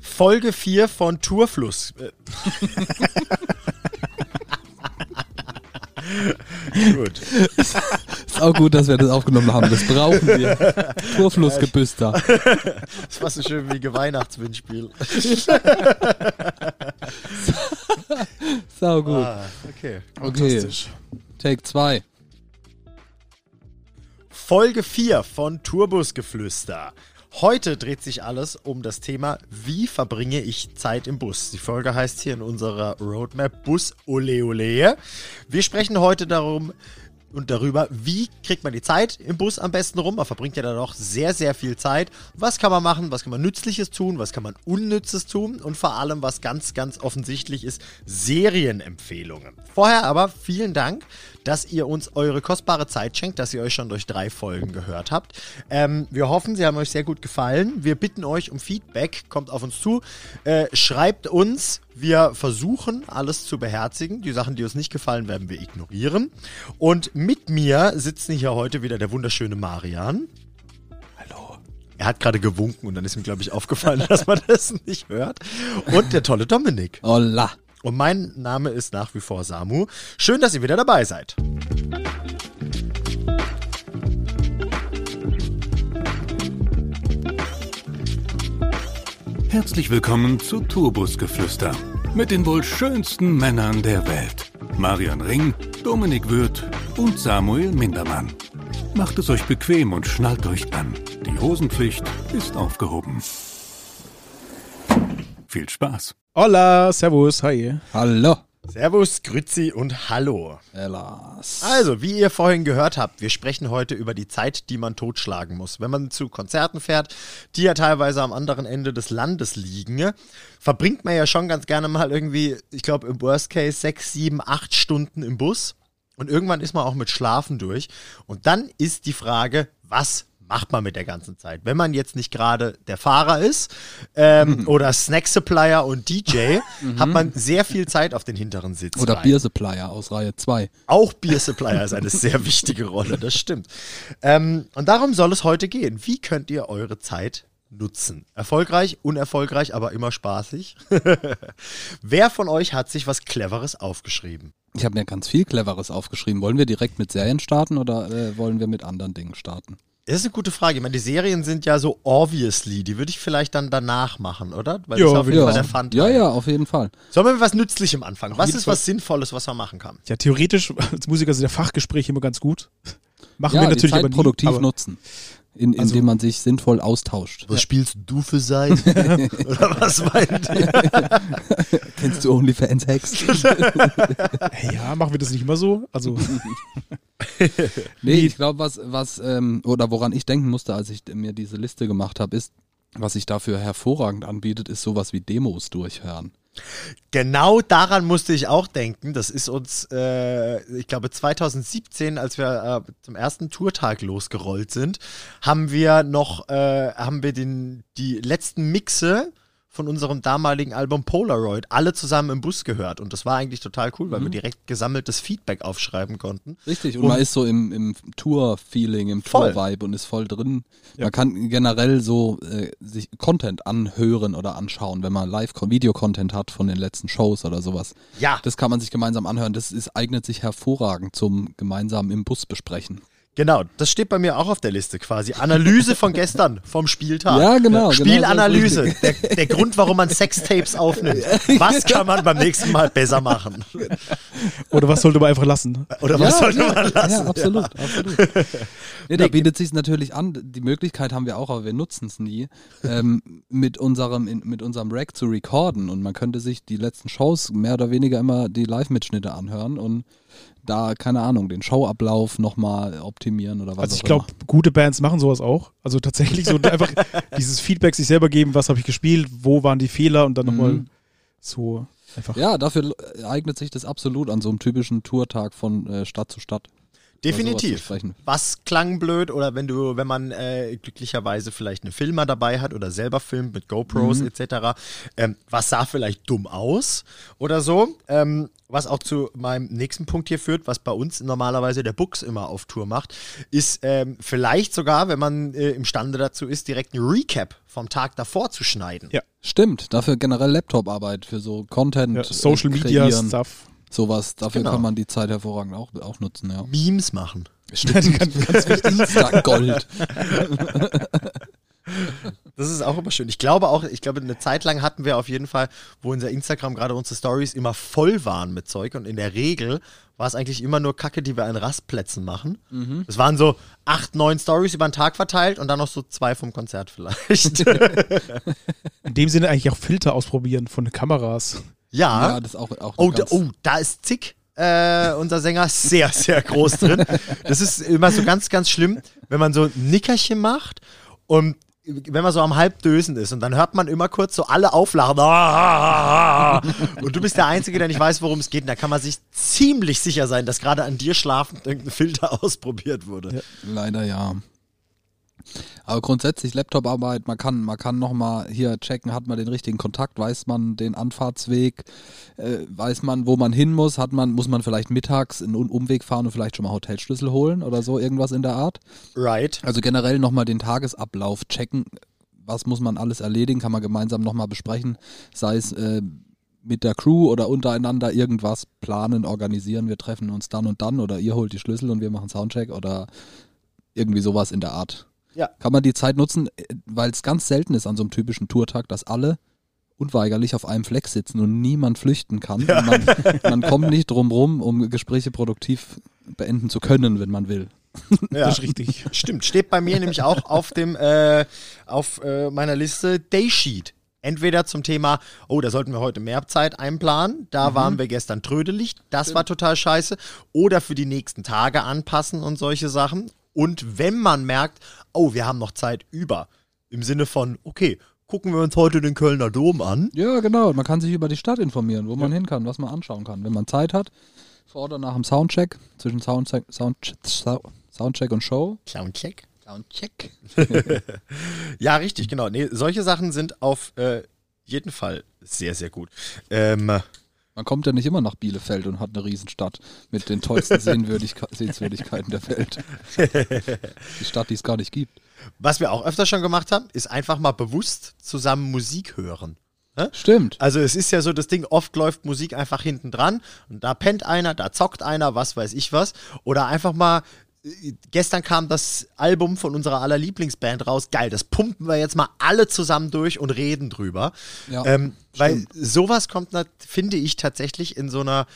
Folge 4 von Tourfluss. Äh. Gut. Ist auch gut, dass wir das aufgenommen haben. Das brauchen wir. Torflussgebüster. Das ist fast so schön wie ein Weihnachtswindspiel. Sau gut. Ah, okay. Okay. Take 2. Folge 4 von Turbusgeflüster. Heute dreht sich alles um das Thema, wie verbringe ich Zeit im Bus. Die Folge heißt hier in unserer Roadmap Bus Ole Ole. Wir sprechen heute darum und darüber, wie kriegt man die Zeit im Bus am besten rum. Man verbringt ja da doch sehr, sehr viel Zeit. Was kann man machen? Was kann man Nützliches tun? Was kann man Unnützes tun? Und vor allem, was ganz, ganz offensichtlich ist, Serienempfehlungen. Vorher aber vielen Dank, dass ihr uns eure kostbare Zeit schenkt, dass ihr euch schon durch drei Folgen gehört habt. Ähm, wir hoffen, sie haben euch sehr gut gefallen. Wir bitten euch um Feedback. Kommt auf uns zu. Äh, schreibt uns. Wir versuchen, alles zu beherzigen. Die Sachen, die uns nicht gefallen, werden wir ignorieren. Und mit mir sitzen hier heute wieder der wunderschöne Marian. Hallo. Er hat gerade gewunken und dann ist ihm, glaube ich, aufgefallen, dass man das nicht hört. Und der tolle Dominik. Olla. Und mein Name ist nach wie vor Samu. Schön, dass ihr wieder dabei seid. Herzlich willkommen zu Turbusgeflüster mit den wohl schönsten Männern der Welt. Marian Ring, Dominik Würth und Samuel Mindermann. Macht es euch bequem und schnallt euch an. Die Hosenpflicht ist aufgehoben. Viel Spaß. Hola, servus, hi. Hallo. Servus, Grüzi und Hallo. Elas. Also, wie ihr vorhin gehört habt, wir sprechen heute über die Zeit, die man totschlagen muss. Wenn man zu Konzerten fährt, die ja teilweise am anderen Ende des Landes liegen, ne, verbringt man ja schon ganz gerne mal irgendwie, ich glaube im Worst Case, sechs, sieben, acht Stunden im Bus. Und irgendwann ist man auch mit Schlafen durch. Und dann ist die Frage, was macht man mit der ganzen Zeit? Wenn man jetzt nicht gerade der Fahrer ist ähm, oder Snack Supplier und DJ, hat man sehr viel Zeit auf den hinteren Sitzen. Oder Biersupplier aus Reihe 2. Auch Beer Supplier ist eine sehr wichtige Rolle, das stimmt. Ähm, und darum soll es heute gehen. Wie könnt ihr eure Zeit nutzen? Erfolgreich, unerfolgreich, aber immer spaßig. Wer von euch hat sich was Cleveres aufgeschrieben? Ich habe mir ganz viel Cleveres aufgeschrieben. Wollen wir direkt mit Serien starten oder äh, wollen wir mit anderen Dingen starten? Das ist eine gute Frage. Ich meine, die Serien sind ja so obviously. Die würde ich vielleicht dann danach machen, oder? Weil das Ja, ist auf jeden ja. Fall der Fun. ja, ja, auf jeden Fall. Sollen wir mit was Nützlichem anfangen? Was jeden ist was Sinnvolles, was man machen kann? Ja, theoretisch als Musiker sind ja Fachgespräche immer ganz gut. Machen ja, wir natürlich die Zeit aber nie, produktiv aber nutzen, in, indem Also- man sich sinnvoll austauscht. Was spielst du für sein? Oder was meint ihr? Kennst du OnlyFans Hacks? Hey, ja, machen wir das nicht immer so? Also, Nee, ich glaube, was, was, ähm, oder woran ich denken musste, als ich mir diese Liste gemacht habe, ist, was sich dafür hervorragend anbietet, ist sowas wie Demos durchhören. Genau daran musste ich auch denken. Das ist uns, äh, ich glaube, 2017, als wir äh, zum ersten Tourtag losgerollt sind, haben wir noch, äh, haben wir den, die letzten Mixe von unserem damaligen Album Polaroid alle zusammen im Bus gehört. Und das war eigentlich total cool, weil wir direkt gesammeltes Feedback aufschreiben konnten. Richtig, und, man ist so im, im Tour-Feeling, im Voll. Tour-Vibe und ist voll drin. Man kann generell so äh, sich Content anhören oder anschauen, wenn man Live-Video-Content hat von den letzten Shows oder sowas. Ja, Das kann man sich gemeinsam anhören. Das ist, eignet sich hervorragend zum gemeinsamen im Bus besprechen. genau. Das steht bei mir auch auf der Liste quasi. Analyse von gestern, vom Spieltag. Ja, genau, genau, so Spielanalyse. der, der Grund, warum man Sextapes aufnimmt. Was genau. kann man beim nächsten Mal besser machen? oder was sollte man einfach lassen? Oder was sollte ja, man lassen? Ja, absolut, absolut. Nee, da bietet sich natürlich an, die Möglichkeit haben wir auch, aber wir nutzen es nie, ähm, mit, unserem, in, mit unserem Rack zu recorden. Und man könnte sich die letzten Shows mehr oder weniger immer die Live-Mitschnitte anhören und da, keine Ahnung, den Showablauf nochmal optimieren oder was Also, ich auch glaube, immer. gute Bands machen sowas auch. Also, tatsächlich so einfach dieses Feedback sich selber geben, was habe ich gespielt, wo waren die Fehler und dann nochmal so einfach. Mhm. Ja, dafür äh, eignet sich das absolut an so einem typischen Tourtag von äh, Stadt zu Stadt. Über sowas zu Definitiv. sprechen. Was klang blöd oder wenn du, wenn man äh, glücklicherweise vielleicht einen Filmer dabei hat oder selber filmt mit GoPros Mhm. etc., ähm, was sah vielleicht dumm aus oder so. Ähm, was auch zu meinem nächsten Punkt hier führt, was bei uns normalerweise der Books immer auf Tour macht, ist ähm, vielleicht sogar, wenn man äh, imstande dazu ist, direkt einen Recap vom Tag davor zu schneiden. Ja, Stimmt, dafür generell Laptop-Arbeit, für so Content. Ja, äh, Social Media kreieren, Stuff. Sowas, dafür Genau. kann man die Zeit hervorragend auch, auch nutzen, ja. Memes machen. Stimmt, ganz, wichtig. Insta-Gold. Das ist auch immer schön. Ich glaube auch, ich glaube, eine Zeit lang hatten wir auf jeden Fall, wo unser Instagram gerade unsere Stories immer voll waren mit Zeug und in der Regel war es eigentlich immer nur Kacke, die wir an Rastplätzen machen. Es waren so acht, neun Stories über den Tag verteilt und dann noch so zwei vom Konzert vielleicht. In dem Sinne eigentlich auch Filter ausprobieren von Kameras. ja. Ja, das ist auch, auch Oh, da, ganz- oh, da ist Zick, äh, unser Sänger, sehr, sehr groß drin. Das ist immer so ganz, ganz schlimm, wenn man so ein Nickerchen macht und wenn man so am Halbdösen ist und dann hört man immer kurz so alle auflachen. Ah, ah, ah, ah. Und du bist der Einzige, der nicht weiß, worum es geht. Und da kann man sich ziemlich sicher sein, dass gerade an dir schlafend irgendein Filter ausprobiert wurde. Leider ja. Aber grundsätzlich Laptoparbeit, man kann, man kann nochmal hier checken, hat man den richtigen Kontakt, weiß man den Anfahrtsweg, äh, weiß man, wo man hin muss, hat man, muss man vielleicht mittags einen Um- Umweg fahren und vielleicht schon mal Hotelschlüssel holen oder so, irgendwas in der Art. Right. Also generell nochmal den Tagesablauf checken, was muss man alles erledigen, kann man gemeinsam nochmal besprechen, sei es äh, mit der Crew oder untereinander irgendwas planen, organisieren, wir treffen uns dann und dann oder ihr holt die Schlüssel und wir machen Soundcheck oder irgendwie sowas in der Art. Ja. Kann man die Zeit nutzen, äh, weil es ganz selten ist an so einem typischen Tourtag, dass alle unweigerlich auf einem Fleck sitzen und niemand flüchten kann. Und man, man kommt nicht drum rum, um Gespräche produktiv beenden zu können, wenn man will. Ja. Das ist richtig. Stimmt, steht bei mir nämlich auch auf dem äh, auf äh, meiner Liste Daysheet. Entweder zum Thema, oh, da sollten wir heute mehr Zeit einplanen, Mhm. da waren wir gestern trödelig, das war total scheiße, oder für die nächsten Tage anpassen und solche Sachen. Und wenn man merkt, oh, wir haben noch Zeit über, im Sinne von, okay, gucken wir uns heute den Kölner Dom an. Ja, genau. Man kann sich über die Stadt informieren, wo man hin kann, was man anschauen kann. Wenn man Zeit hat, vor oder nach dem Soundcheck, zwischen Soundcheck, Soundcheck, Soundcheck und Show. Clowncheck. Soundcheck. Ja, richtig, genau. Nee, solche Sachen sind auf äh, jeden Fall sehr, sehr gut. Ähm, Man kommt ja nicht immer nach Bielefeld und hat eine Riesenstadt mit den tollsten Sehenswürdigke Sehenswürdigkeiten der Welt. Die Stadt, die es gar nicht gibt. Was wir auch öfter schon gemacht haben, ist einfach mal bewusst zusammen Musik hören. Stimmt. Also es ist ja so das Ding, oft läuft Musik einfach hinten dran und da pennt einer, da zockt einer, was weiß ich was. Oder einfach mal, äh, gestern kam das Album von unserer aller Lieblingsband raus, geil, das pumpen wir jetzt mal alle zusammen durch und reden drüber. Ja, ähm, weil stimmt. sowas kommt, nat- finde ich, tatsächlich in so einer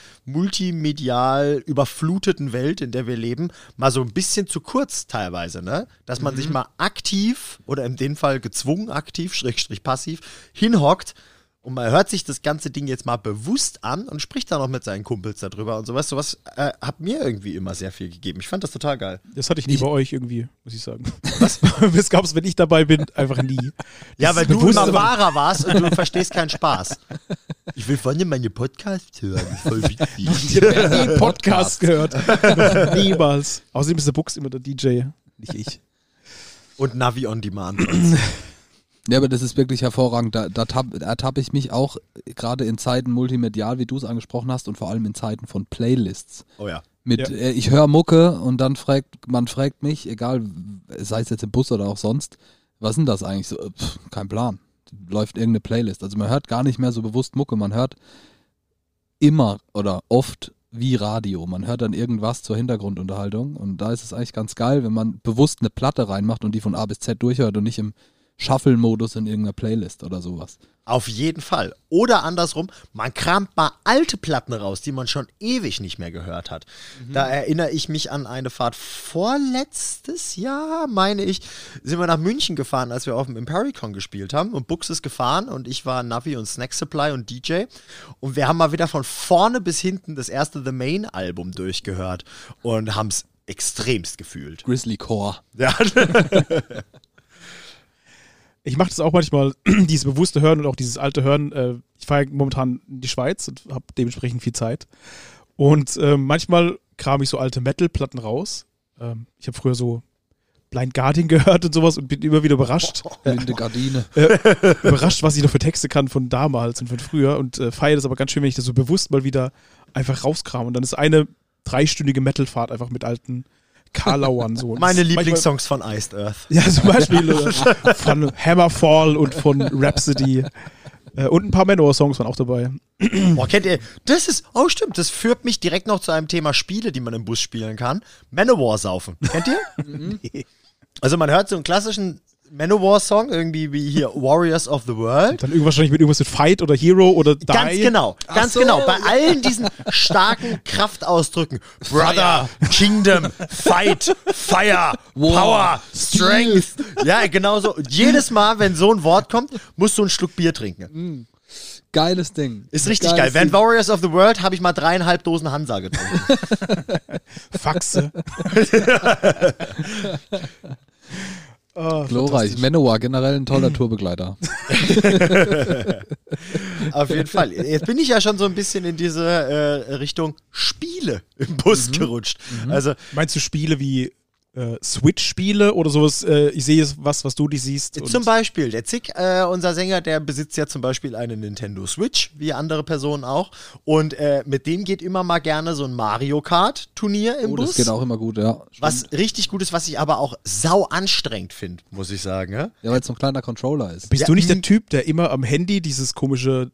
multimedial überfluteten Welt, in der wir leben, mal so ein bisschen zu kurz teilweise, ne? Dass man sich mal aktiv oder in dem Fall gezwungen aktiv, schrägstrich passiv, hinhockt und man hört sich das ganze Ding jetzt mal bewusst an und spricht dann noch mit seinen Kumpels darüber und sowas. Sowas äh, hat mir irgendwie immer sehr viel gegeben. Ich fand das total geil. Das hatte ich nie Ich- bei euch irgendwie, muss ich sagen. Was? Das gab es, wenn ich dabei bin, einfach nie. Ja, weil ist du bewusst, immer aber- wahrer warst und du verstehst keinen Spaß. Ich will von dir meine Podcasts hören. Voll witzig. Nie Podcast gehört. Niemals. Außerdem ist der Buchs immer der DJ, nicht ich. Und Navi on Demand. Ja, aber das ist wirklich hervorragend. Da, da tapp- ertappe ich mich auch äh, gerade in Zeiten multimedial, wie du es angesprochen hast, und vor allem in Zeiten von Playlists. Oh ja. Mit Ja. äh, ich höre Mucke und dann fragt man fragt mich, egal, sei es jetzt im Bus oder auch sonst, was sind das eigentlich so? äh, Pff, kein Plan. Läuft irgendeine Playlist. Also man hört gar nicht mehr so bewusst Mucke, man hört immer oder oft wie Radio. Man hört dann irgendwas zur Hintergrundunterhaltung und da ist es eigentlich ganz geil, wenn man bewusst eine Platte reinmacht und die von A bis Z durchhört und nicht im Shuffle-Modus in irgendeiner Playlist oder sowas. Auf jeden Fall. Oder andersrum, man kramt mal alte Platten raus, die man schon ewig nicht mehr gehört hat. Da erinnere ich mich an eine Fahrt vorletztes Jahr, meine ich, sind wir nach München gefahren, als wir auf dem Impericon gespielt haben. Und Bux ist gefahren und ich war Navi und Snack Supply und DJ. Und wir haben mal wieder von vorne bis hinten das erste The Main Album durchgehört und haben es extremst gefühlt. Grizzly Core. Ja, Ich mache das auch manchmal, dieses bewusste Hören und auch dieses alte Hören. Äh, ich fahre ja momentan in die Schweiz und habe dementsprechend viel Zeit. Und äh, manchmal kram ich so alte Metal-Platten raus. Ähm, ich habe früher so Blind Guardian gehört und sowas und bin immer wieder überrascht. Blinde Gardine. überrascht, was ich noch für Texte kann von damals und von früher und äh, feiere das aber ganz schön, wenn ich das so bewusst mal wieder einfach rauskram. Und dann ist eine dreistündige Metalfahrt einfach mit alten Karlauern so. Und meine das ist manchmal- Lieblingssongs von Iced Earth. Ja, zum Beispiel äh, von Hammerfall und von Rhapsody. Äh, und ein paar Manowar-Songs waren auch dabei. Boah, kennt ihr? Das ist, oh stimmt, das führt mich direkt noch zu einem Thema Spiele, die man im Bus spielen kann. Manowar saufen. Kennt ihr? Also man hört so einen klassischen Manowar-Song, irgendwie wie hier Warriors of the World. Dann irgendwas- wahrscheinlich mit irgendwas mit Fight oder Hero oder Die. Ganz genau, Ach ganz so, genau. Bei ja. allen diesen starken Kraftausdrücken. Brother, Kingdom, Fight, Fire, War, Power, Strength. Ja, genau so. Jedes Mal, wenn so ein Wort kommt, musst du einen Schluck Bier trinken. Geiles Ding. Ist richtig Geiles geil. Während Ding. Warriors of the World habe ich mal dreieinhalb Dosen Hansa getrunken. Faxe. Glorreich. Manowar, generell ein toller Tourbegleiter. Auf jeden Fall. Jetzt bin ich ja schon so ein bisschen in diese äh, Richtung Spiele im Bus gerutscht. Also Meinst du Spiele wie äh, Switch-Spiele oder sowas? Äh, ich sehe es- was, was du nicht siehst. und- Zum Beispiel, der Zick, äh, unser Sänger, der besitzt ja zum Beispiel eine Nintendo Switch, wie andere Personen auch. Und äh, mit dem geht immer mal gerne so ein Mario Kart-Turnier im Oh, Bus. das geht auch immer gut, ja. Was richtig gut ist, was ich aber auch sau anstrengend finde, muss ich sagen. Ja? Ja, weil es so ein kleiner Controller ist. Bist Ja, du nicht mm. der Typ, der immer am Handy dieses komische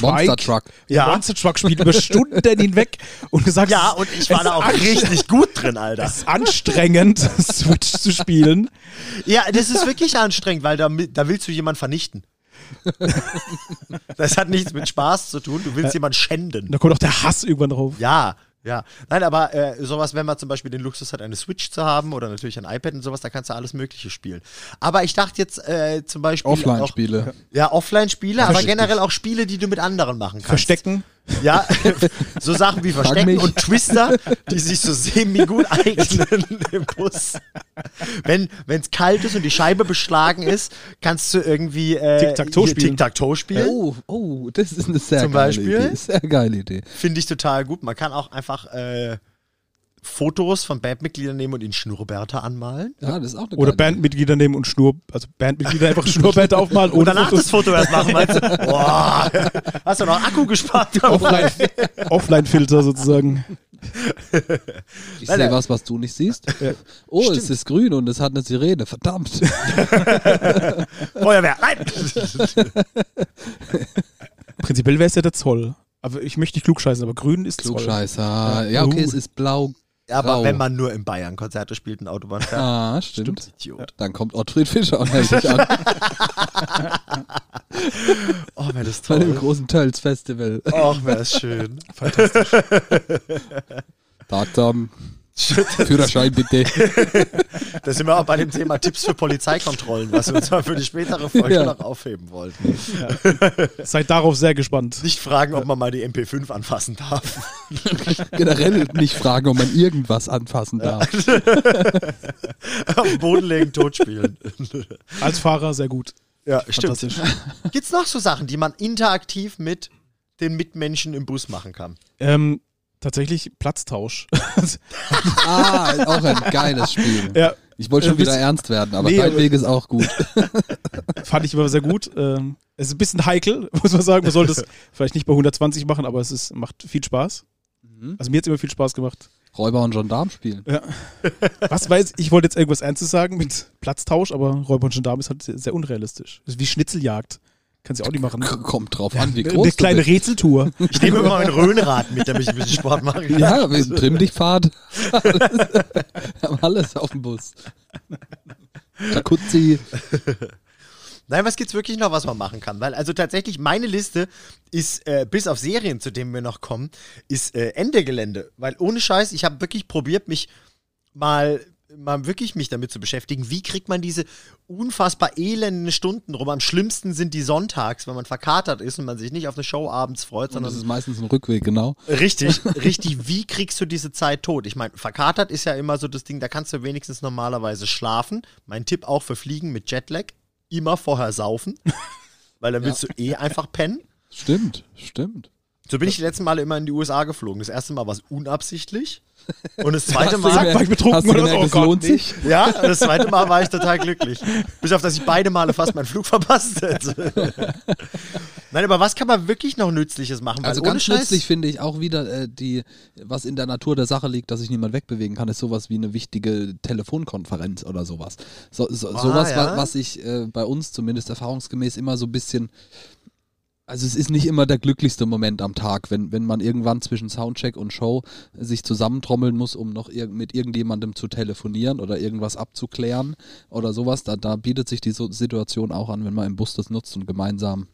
Monster Truck. Ja. ja. Monster Truck spielt über Stunden hinweg und du sagst, Ja, und ich war es da auch ist anst- richtig gut drin, Alter. Es ist anstrengend, Switch zu spielen. Ja, das ist wirklich anstrengend, weil da, mi- da willst du jemanden vernichten. das hat nichts mit Spaß zu tun, du willst jemanden schänden. Da kommt auch der Hass irgendwann drauf. Ja, ja. Nein, aber äh, sowas, wenn man zum Beispiel den Luxus hat, eine Switch zu haben oder natürlich ein iPad und sowas, da kannst du alles Mögliche spielen. Aber ich dachte jetzt äh, zum Beispiel. auch- Offline-Spiele. Ja, Offline-Spiele, aber Versteck generell auch Spiele, die du mit anderen machen kannst. Verstecken. Ja, so Sachen wie Verstecken mich. und Twister, die sich so semi-gut eignen im Bus. Wenn es kalt ist und die Scheibe beschlagen ist, kannst du irgendwie äh, Tic-Tac-Toe hier spielen. Tic-Tac-Toe spielen. Oh, oh, das ist eine sehr Zum geile Beispiel? Idee. Sehr geile Idee. Finde ich total gut. Man kann auch einfach äh, Fotos von Bandmitgliedern nehmen und ihnen Schnurrbärte anmalen. Ja, das ist auch eine geile Oder Idee. Bandmitglieder nehmen und Schnur, also Bandmitglieder einfach Schnurrband aufmalen Und ohne danach das Fotos. Foto erst machen, meinst du? Boah, hast du noch Akku gespart? Offline- Offline-Filter sozusagen. Ich sehe was, was du nicht siehst. Oh, es ist grün und es hat eine Sirene. Verdammt. Feuerwehr, nein! Prinzipiell wäre es ja der Zoll. Aber ich möchte nicht klugscheißen, aber grün ist Zoll. Klugscheißer. Ja, okay, Uh. es ist blau. Aber Grau. wenn man nur in Bayern Konzerte spielt, ein Autobahnfahrer. Ah, stimmt. Idiot. Dann kommt Ottfried Fischer und hält sich an Oh, wäre das bei dem toll. großen Tölz Festival. Och, wäre das schön. Tatam. Führerschein bitte. Da sind wir auch bei dem Thema Tipps für Polizeikontrollen, was wir uns mal für die spätere Folge Ja. noch aufheben wollten. Seid darauf sehr gespannt. Nicht fragen, ob man mal die MP5 anfassen darf. Generell nicht fragen, ob man irgendwas anfassen darf. Auf dem Boden legen, tot spielen. Als Fahrer sehr gut. Ja, Fantastisch. stimmt. Gibt's noch so Sachen, die man interaktiv mit den Mitmenschen im Bus machen kann? Ähm, tatsächlich Platztausch. Ah, auch ein geiles Spiel. ja, Ich wollte schon Äh, wieder wisst- ernst werden, aber Nee, dein aber- Weg ist auch gut. fand ich immer sehr gut. Ähm, es ist ein bisschen heikel, muss man sagen. Man sollte es vielleicht nicht bei 120 machen, aber es ist, macht viel Spaß. Mhm. Also mir hat es immer viel Spaß gemacht. Räuber und Gendarm spielen. Was weiß ich, wollte jetzt irgendwas Ernstes sagen mit Platztausch, aber Räuber und Gendarm ist halt sehr, sehr unrealistisch. Das ist wie Schnitzeljagd. Kannst du auch nicht machen. K- Kommt drauf an, wie Eine groß du kleine bist. Rätseltour. Ich nehme immer mein Röhnrad mit, damit ich ein bisschen Sport machen kann. Ja, wir trimm dich Fahrt. Wir haben alles auf dem Bus. Jacuzzi. Nein, was gibt's wirklich noch, was man machen kann? Weil also tatsächlich meine Liste ist äh, bis auf Serien, zu denen wir noch kommen, ist äh, Ende Gelände, weil ohne Scheiß, ich habe wirklich probiert, mich mal mal wirklich mich damit zu beschäftigen, wie kriegt man diese unfassbar elenden Stunden rum? Am schlimmsten sind die sonntags, wenn man verkatert ist und man sich nicht auf eine Show abends freut, Und sondern das ist meistens ein Rückweg, genau. Richtig, richtig. Wie kriegst du diese Zeit tot? Ich meine, verkatert ist ja immer so das Ding, da kannst du wenigstens normalerweise schlafen. Mein Tipp auch für Fliegen mit Jetlag, immer vorher saufen, weil dann willst du eh einfach pennen. Stimmt, stimmt. So bin ich die letzten Male immer in die USA geflogen. Das erste Mal war es unabsichtlich und das zweite Hast du Mal... gemerkt- war ich betrunken hast du oder gemerkt, so? es Oh Gott, lohnt nee. sich? Ja, das zweite Mal war ich total glücklich. Bis auf, dass ich beide Male fast meinen Flug verpasst hätte. Nein, aber was kann man wirklich noch Nützliches machen? Weil Also ohne ganz Scheiß- nützlich finde ich auch wieder äh, die, was in der Natur der Sache liegt, dass sich niemand wegbewegen kann, ist sowas wie eine wichtige Telefonkonferenz oder sowas. So, so, Ah, sowas, wa- ja. was ich äh, bei uns zumindest erfahrungsgemäß immer so ein bisschen Also es ist nicht immer der glücklichste Moment am Tag, wenn, wenn man irgendwann zwischen Soundcheck und Show sich zusammentrommeln muss, um noch irg mit irgendjemandem zu telefonieren oder irgendwas abzuklären oder sowas. Da, da bietet sich die so Situation auch an, wenn man im Bus das nutzt und gemeinsam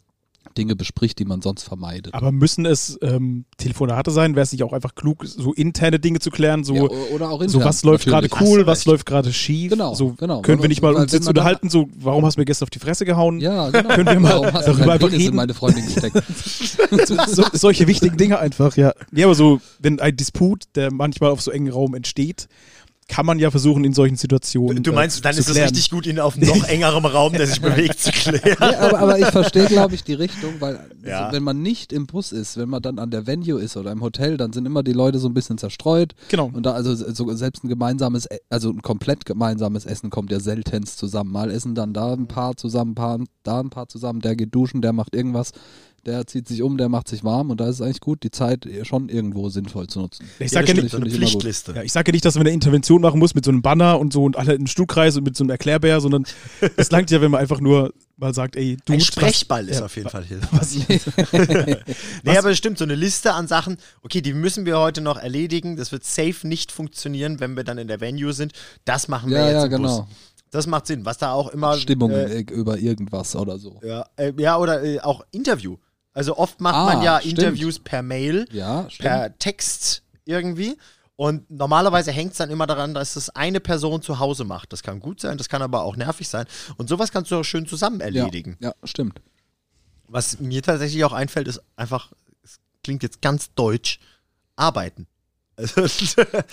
Dinge bespricht, die man sonst vermeidet. Aber müssen es ähm, Telefonate sein? Wäre es nicht auch einfach klug, so interne Dinge zu klären? So, Ja, o- oder auch so intern, was läuft gerade natürlich. Hast cool, du was recht. läuft gerade schief? Genau, so, genau. Können wir nicht mal Weil uns wenn jetzt man da- unterhalten, so, warum hast du mir gestern auf die Fresse gehauen? Ja, genau. Können wir mal Warum hast du darüber deinen einfach Penis in reden? meine Freundin gesteckt? so, solche wichtigen Dinge einfach, ja. Ja, aber so, wenn ein Disput, der manchmal auf so engen Raum entsteht, kann man ja versuchen, in solchen Situationen. Du meinst, äh, dann zu ist es klären. richtig gut, ihn auf noch engerem Raum, der sich bewegt, zu klären. Ja, aber, aber ich verstehe, glaube ich, die Richtung, weil Ja. so, wenn man nicht im Bus ist, wenn man dann an der Venue ist oder im Hotel, dann sind immer die Leute so ein bisschen zerstreut. Genau. Und da also so selbst ein gemeinsames, E- also ein komplett gemeinsames Essen kommt ja seltenst zusammen. Mal essen dann da ein paar zusammen, ein paar, da ein paar zusammen, der geht duschen, der macht irgendwas, der zieht sich um, der macht sich warm und da ist es eigentlich gut, die Zeit schon irgendwo sinnvoll zu nutzen. Ich sag ja stimmt, nicht, so eine finde ich immer gut. Pflichtliste. ja, ich sage ja nicht, dass man eine Intervention machen muss mit so einem Banner und so und alle im Stuhlkreis und mit so einem Erklärbär, sondern es langt ja, wenn man einfach nur mal sagt, ey, du Ein was- Sprechball ist ja, auf jeden Fall hilfreich. nee, aber es stimmt, so eine Liste an Sachen, okay, die müssen wir heute noch erledigen. Das wird safe nicht funktionieren, wenn wir dann in der Venue sind. Das machen wir Ja, jetzt ja, im Bus. genau. Das macht Sinn, was da auch immer. Stimmungen Äh, äh, über irgendwas oder so. ja, äh, ja, oder äh, auch Interview. Also oft macht Ah, man ja stimmt. Interviews per Mail, Ja, stimmt. per Text irgendwie. Und normalerweise hängt es dann immer daran, dass es eine Person zu Hause macht. Das kann gut sein, das kann aber auch nervig sein. Und sowas kannst du auch schön zusammen erledigen. Ja, ja stimmt. Was mir tatsächlich auch einfällt, ist einfach, es klingt jetzt ganz deutsch, arbeiten. Also,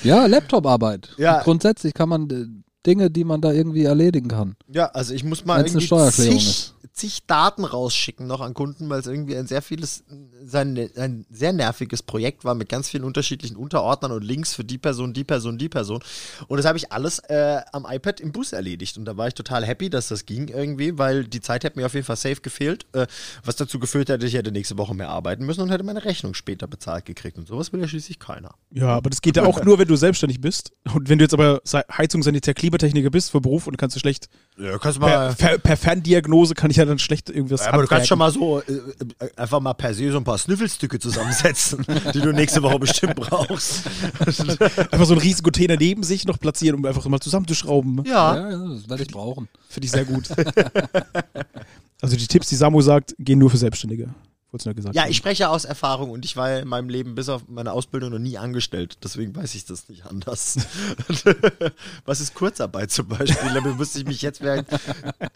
Ja, Laptoparbeit. Ja. Grundsätzlich kann man äh, Dinge, die man da irgendwie erledigen kann. ja, also ich muss mal Wenn's eine irgendwie Steuererklärung zig, zig Daten rausschicken noch an Kunden, weil es irgendwie ein sehr vieles, sein, ein sehr nerviges Projekt war mit ganz vielen unterschiedlichen Unterordnern und Links für die Person, die Person, die Person. Und das habe ich alles äh, am iPad im Bus erledigt. Und da war ich total happy, dass das ging irgendwie, weil die Zeit hätte mir auf jeden Fall safe gefehlt, äh, was dazu geführt hätte, ich hätte nächste Woche mehr arbeiten müssen und hätte meine Rechnung später bezahlt gekriegt. Und sowas will ja schließlich keiner. Ja, aber das geht ja auch nur, wenn du selbstständig bist. Und wenn du jetzt aber Sa- Heizung, Sanitär, Klimatechniker bist für Beruf und kannst du schlecht Ja, kannst du per, per, per Ferndiagnose kann ich ja dann schlecht irgendwas. Ja, aber du kannst schon abwerten. mal so äh, äh, einfach mal per se so ein paar Snüffelstücke zusammensetzen, die du nächste Woche bestimmt brauchst. einfach so einen riesigen Container neben sich noch platzieren, um einfach mal zusammenzuschrauben. ne? ja. Ja, ja das werde ich brauchen. Finde ich sehr gut. also die Tipps, die Samu sagt, gehen nur für Selbstständige. Wollt's nur gesagt. Ja, haben. ich spreche aus Erfahrung und ich war ja in meinem Leben bis auf meine Ausbildung noch nie angestellt. Deswegen weiß ich das nicht anders. Was ist Kurzarbeit zum Beispiel? Damit müsste ich mich jetzt während,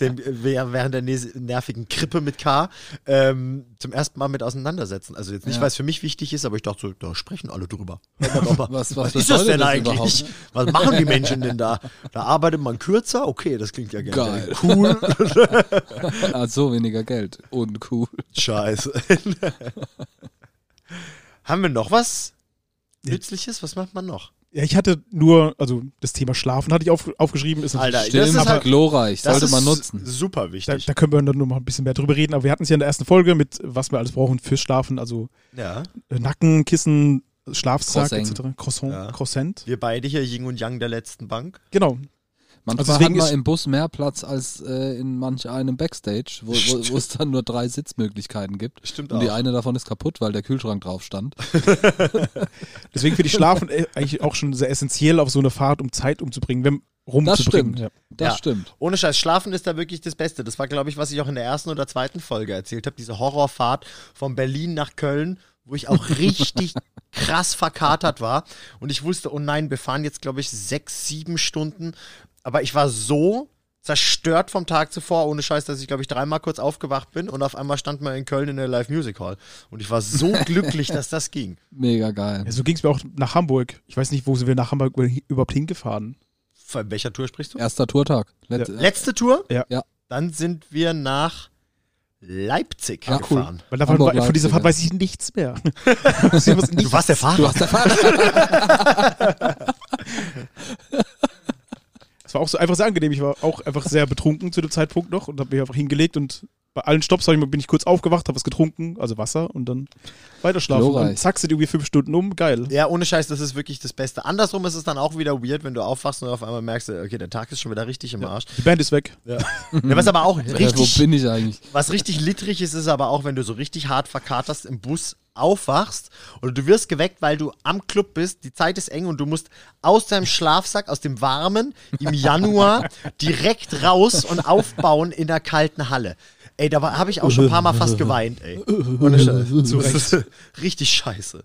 dem, während der nes- nervigen Krippe mit K ähm, zum ersten Mal mit auseinandersetzen. Also jetzt nicht, Ja. weil es für mich wichtig ist, aber ich dachte so, da sprechen alle drüber. was, was ist das bedeutet denn das eigentlich? überhaupt? Was machen die Menschen denn da? Da arbeitet man kürzer? Okay, das klingt ja gerne. Geil. Cool. Ah, so weniger Geld. Uncool. Scheiße. Haben wir noch was Nützliches? Was macht man noch? ja, ich hatte nur, also das Thema Schlafen hatte ich auf, aufgeschrieben. Ist natürlich- Alter, das Stimmt, ist halt- glorreich. Sollte ist man nutzen. Super da, wichtig. da können wir dann noch mal ein bisschen mehr drüber reden. Aber wir hatten es ja in der ersten Folge mit, was wir alles brauchen fürs Schlafen. Also ja. äh, Nacken, Kissen, Schlafsack Croissant. etc. Croissant, Ja. Croissant. Wir beide hier, Ying und Yang der letzten Bank. Genau. Manchmal Also hat deswegen man ist- im Bus mehr Platz als äh, in manch einem Backstage, wo wo- wo es dann nur drei Sitzmöglichkeiten gibt. Stimmt Und die auch. eine davon ist kaputt, weil der Kühlschrank drauf stand. Deswegen finde ich Schlafen äh, eigentlich auch schon sehr essentiell auf so eine Fahrt, um Zeit umzubringen, wenn rumzubringen. stimmt. Ja. Das Ja. stimmt. Ohne Scheiß, Schlafen ist da wirklich das Beste. Das war, glaube ich, was ich auch in der ersten oder zweiten Folge erzählt habe. Diese Horrorfahrt von Berlin nach Köln, wo ich auch richtig krass verkatert war. Und ich wusste, oh nein, wir fahren jetzt, glaube ich, sechs, sieben Stunden. Aber ich war so zerstört vom Tag zuvor, ohne Scheiß, dass ich, glaube ich, dreimal kurz aufgewacht bin und auf einmal stand man in Köln in der Live Music Hall. Und ich war so glücklich, dass das ging. Mega geil. Ja, so ging es mir auch nach Hamburg. Ich weiß nicht, wo sind wir nach Hamburg über- überhaupt hingefahren. Von welcher Tour sprichst du? Erster Tourtag. Let ja. Letzte Tour? Ja. Ja. Dann sind wir nach Leipzig Ah, cool. gefahren. Weil davon Hamburg, war, von dieser Leipzig, Fahrt ja. weiß ich nichts mehr. Sie haben es nicht- Du warst der Fahrer. Du hast erfahren. Es war auch so einfach sehr angenehm. Ich war auch einfach sehr betrunken zu dem Zeitpunkt noch und habe mich einfach hingelegt und bei allen Stops hab ich, mal- bin ich kurz aufgewacht, habe was getrunken, also Wasser und dann weiter schlafen. Glorreich. Und zack, sind irgendwie fünf Stunden um, geil. Ja, ohne Scheiß, das ist wirklich das Beste. Andersrum ist es dann auch wieder weird, wenn du aufwachst und auf einmal merkst, okay, der Tag ist schon wieder richtig im Arsch. Die Band ist weg. Ja. was aber auch Äh, wo richtig, bin ich eigentlich? was richtig littrig ist, ist aber auch, wenn du so richtig hart verkaterst im Bus aufwachst und du wirst geweckt, weil du am Club bist, die Zeit ist eng und du musst aus deinem Schlafsack, aus dem warmen, im Januar direkt raus und aufbauen in der kalten Halle. Ey, da habe ich auch schon ein paar Mal fast geweint, ey. Ohne Scheiß. Zu Das ist richtig scheiße.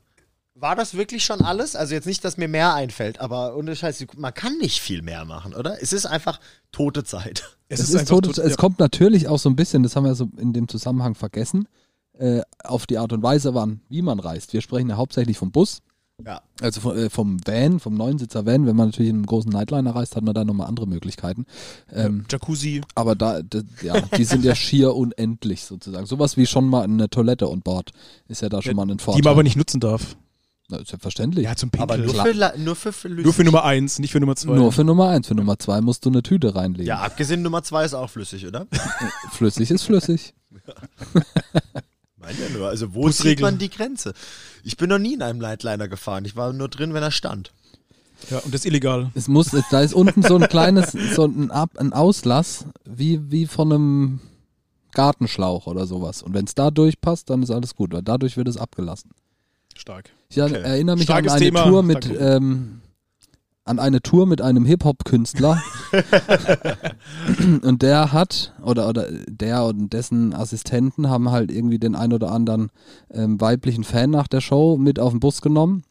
War das wirklich schon alles? Also jetzt nicht, dass mir mehr einfällt, aber ohne Scheiß, man kann nicht viel mehr machen, oder? Es ist einfach tote Zeit. Es Es, ist einfach tot, tot- es ja. kommt natürlich auch so ein bisschen, das haben wir so in dem Zusammenhang vergessen, äh, auf die Art und Weise, wann, wie man reist. Wir sprechen ja hauptsächlich vom Bus, Ja. also vom, äh, vom Van, vom Neunsitzer Van. Wenn man natürlich in einem großen Nightliner reist, hat man da nochmal andere Möglichkeiten. Ähm, Jacuzzi. aber da, d- ja, die sind ja schier unendlich sozusagen. Sowas wie schon mal eine Toilette on Bord ist ja da schon mal ein Vorteil. Die man aber nicht nutzen darf. Na, selbstverständlich. zum Aber nur klar. für, La- nur für, für Lüste. Nur für Nummer eins, nicht für Nummer zwei. Nur für Nummer eins. Für Nummer zwei musst du eine Tüte reinlegen. Ja, abgesehen Nummer zwei ist auch flüssig, oder? Flüssig ist flüssig. Meint ja nur. Also wo Busregeln. zieht man die Grenze? Ich bin noch nie in einem Nightliner gefahren. Ich war nur drin, wenn er stand. ja, und das ist illegal. Es muss, da ist unten so ein kleines, so ein, Ab, ein Auslass, wie, wie von einem Gartenschlauch oder sowas. Und wenn es da durchpasst, dann ist alles gut, weil dadurch wird es abgelassen. Stark. Ich er- Okay. erinnere mich Starkes an eine Thema. Tour mit, Stark. ähm, an eine Tour mit einem Hip-Hop-Künstler. und der hat, oder, oder der und dessen Assistenten haben halt irgendwie den ein oder anderen ähm, weiblichen Fan nach der Show mit auf den Bus genommen.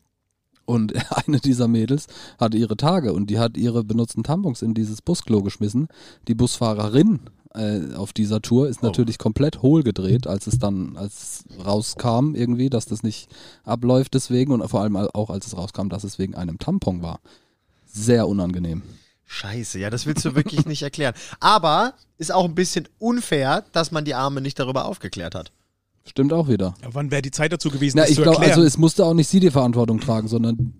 Und eine dieser Mädels hatte ihre Tage und die hat ihre benutzten Tampons in dieses Busklo geschmissen. Die Busfahrerin äh, auf dieser Tour Oh. ist natürlich komplett hohl gedreht, als es dann als es rauskam irgendwie, dass das nicht abläuft deswegen und vor allem auch als es rauskam, dass es wegen einem Tampon war. Sehr unangenehm. Scheiße, ja, das willst du wirklich nicht erklären. Aber ist auch ein bisschen unfair, dass man die Arme nicht darüber aufgeklärt hat. Stimmt auch wieder. Ja, wann wäre die Zeit dazu gewesen, Na, das ich zu glaube, erklären? also es musste auch nicht sie die Verantwortung tragen, sondern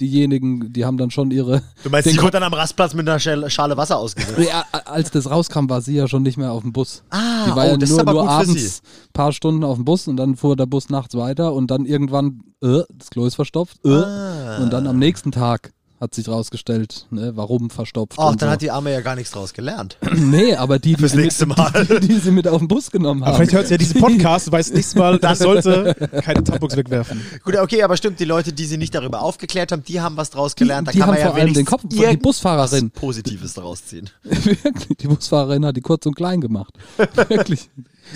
diejenigen, die haben dann schon ihre. Du meinst, den die Kopf- wurde dann am Rastplatz mit einer Schale Schale Wasser ausgesetzt? Nee, a- a- als das rauskam, war sie ja schon nicht mehr auf dem Bus. Ah, die war oh, ja das ist nur, aber nur gut für abends ein paar Stunden auf dem Bus und dann fuhr der Bus nachts weiter und dann irgendwann, äh, das Klo ist verstopft, äh, Ah. und dann am nächsten Tag hat sich rausgestellt, ne, warum verstopft. Ach, und dann so. hat die Arme ja gar nichts draus gelernt. Nee, aber die, die, Fürs sie mit, nächste Mal. die, die sie mit auf den Bus genommen haben. Aber vielleicht hört sie ja diesen Podcast und weiß nächstes Mal, das sollte keine Tampons wegwerfen. Gut, okay, aber stimmt, die Leute, die sie nicht darüber aufgeklärt haben, die haben was draus gelernt. die da kann haben man ja vor allem den wenigstens Kopf, die irgendwas Busfahrerin. Positives draus ziehen. Wirklich, die Busfahrerin hat die kurz und klein gemacht. Wirklich.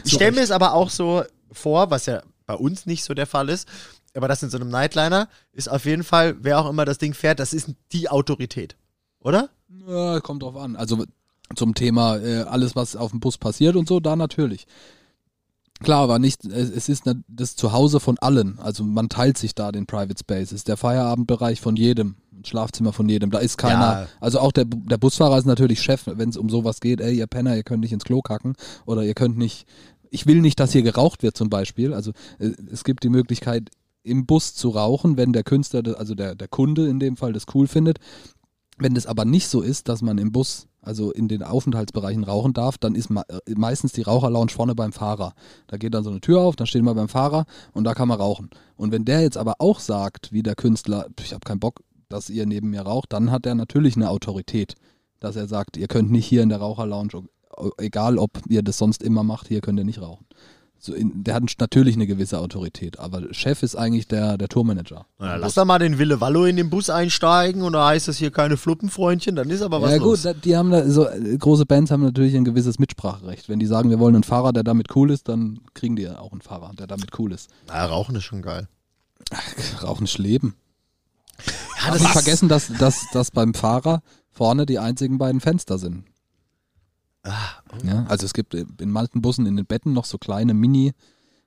Ich stelle mir es aber auch so vor, was ja bei uns nicht so der Fall ist, aber das in so einem Nightliner ist auf jeden Fall, wer auch immer das Ding fährt, das ist die Autorität. Oder? Ja, kommt drauf an. Also zum Thema äh, alles, was auf dem Bus passiert und so, da natürlich. Klar, aber nicht, es, es ist ne- das Zuhause von allen. Also man teilt sich da den Private Space. Es ist der Feierabendbereich von jedem, das Schlafzimmer von jedem. Da ist keiner. Ja. Also auch der, Bu- der Busfahrer ist natürlich Chef, wenn es um sowas geht, ey, ihr Penner, ihr könnt nicht ins Klo kacken oder ihr könnt nicht, ich will nicht, dass hier geraucht wird zum Beispiel. Also äh, es gibt die Möglichkeit, im Bus zu rauchen, wenn der Künstler, das- also der, der Kunde in dem Fall das cool findet. Wenn das aber nicht so ist, dass man im Bus, also in den Aufenthaltsbereichen rauchen darf, dann ist ma- äh, meistens die Raucherlounge vorne beim Fahrer. Da geht dann so eine Tür auf, dann stehen wir beim Fahrer und da kann man rauchen. Und wenn der jetzt aber auch sagt, wie der Künstler, "Pff, ich habe keinen Bock, dass ihr neben mir raucht, dann hat er natürlich eine Autorität, dass er sagt, ihr könnt nicht hier in der Raucherlounge, o- egal ob ihr das sonst immer macht, hier könnt ihr nicht rauchen. So in, der hat natürlich eine gewisse Autorität, aber Chef ist eigentlich der, der Tourmanager. Na, lass da mal den Wille Wallo in den Bus einsteigen und da heißt es hier keine Fluppenfreundchen, dann ist aber was ja los. gut, da- die haben da, so äh, große Bands haben natürlich ein gewisses Mitspracherecht. Wenn die sagen, wir wollen einen Fahrer, der damit cool ist, dann kriegen die ja auch einen Fahrer, der damit cool ist. Na, Rauchen ist schon geil. Rauchen ist Leben. Ja, Aber das die ist, vergessen, dass, dass, dass beim Fahrer vorne die einzigen beiden Fenster sind. Ah, Ja, also es gibt äh, in manchen Bussen in den Betten noch so kleine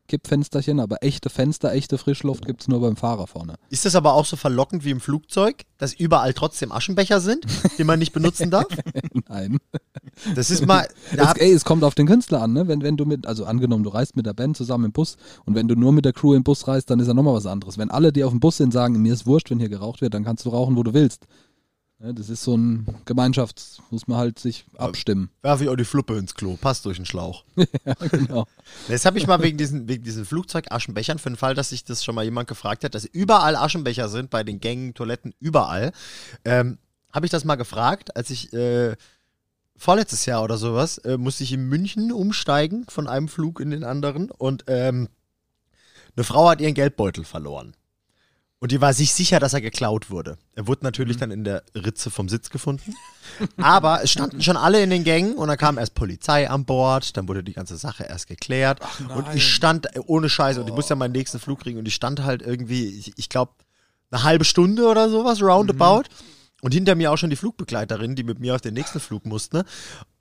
Mini-Kippfensterchen, aber echte Fenster, echte Frischluft gibt es nur beim Fahrer vorne. ist das aber auch so verlockend wie im Flugzeug, dass überall trotzdem Aschenbecher sind, den man nicht benutzen darf? Nein. Das ist mal. Da Es, hab, ey, es kommt auf den Künstler an, ne? Wenn, wenn du mit, also angenommen, du reist mit der Band zusammen im Bus und wenn du nur mit der Crew im Bus reist, dann ist ja nochmal was anderes. Wenn alle, die auf dem Bus sind, sagen, mir ist wurscht, wenn hier geraucht wird, dann kannst du rauchen, wo du willst. Ne, Das ist so ein Gemeinschafts-, muss man halt sich abstimmen. Werfe ich auch die Fluppe ins Klo, passt durch den Schlauch. ja, genau. Das habe ich mal wegen diesen, wegen diesen Flugzeug-Aschenbechern, für den Fall, dass sich das schon mal jemand gefragt hat, dass überall Aschenbecher sind, bei den Gängen, Toiletten, überall. Ähm, habe ich das mal gefragt, als ich äh, vorletztes Jahr oder sowas, äh, musste ich in München umsteigen von einem Flug in den anderen und ähm, eine Frau hat ihren Geldbeutel verloren. Und die war sich sicher, dass er geklaut wurde. Er wurde natürlich dann in der Ritze vom Sitz gefunden. Aber es standen schon alle in den Gängen und dann kam erst Polizei an Bord, dann wurde die ganze Sache erst geklärt. und ich stand äh, ohne Scheiße und ich musste ja meinen nächsten Flug kriegen und ich stand halt irgendwie, ich, ich glaube, eine halbe Stunde oder sowas, roundabout. Mhm. Und hinter mir auch schon die Flugbegleiterin, die mit mir auf den nächsten Flug musste.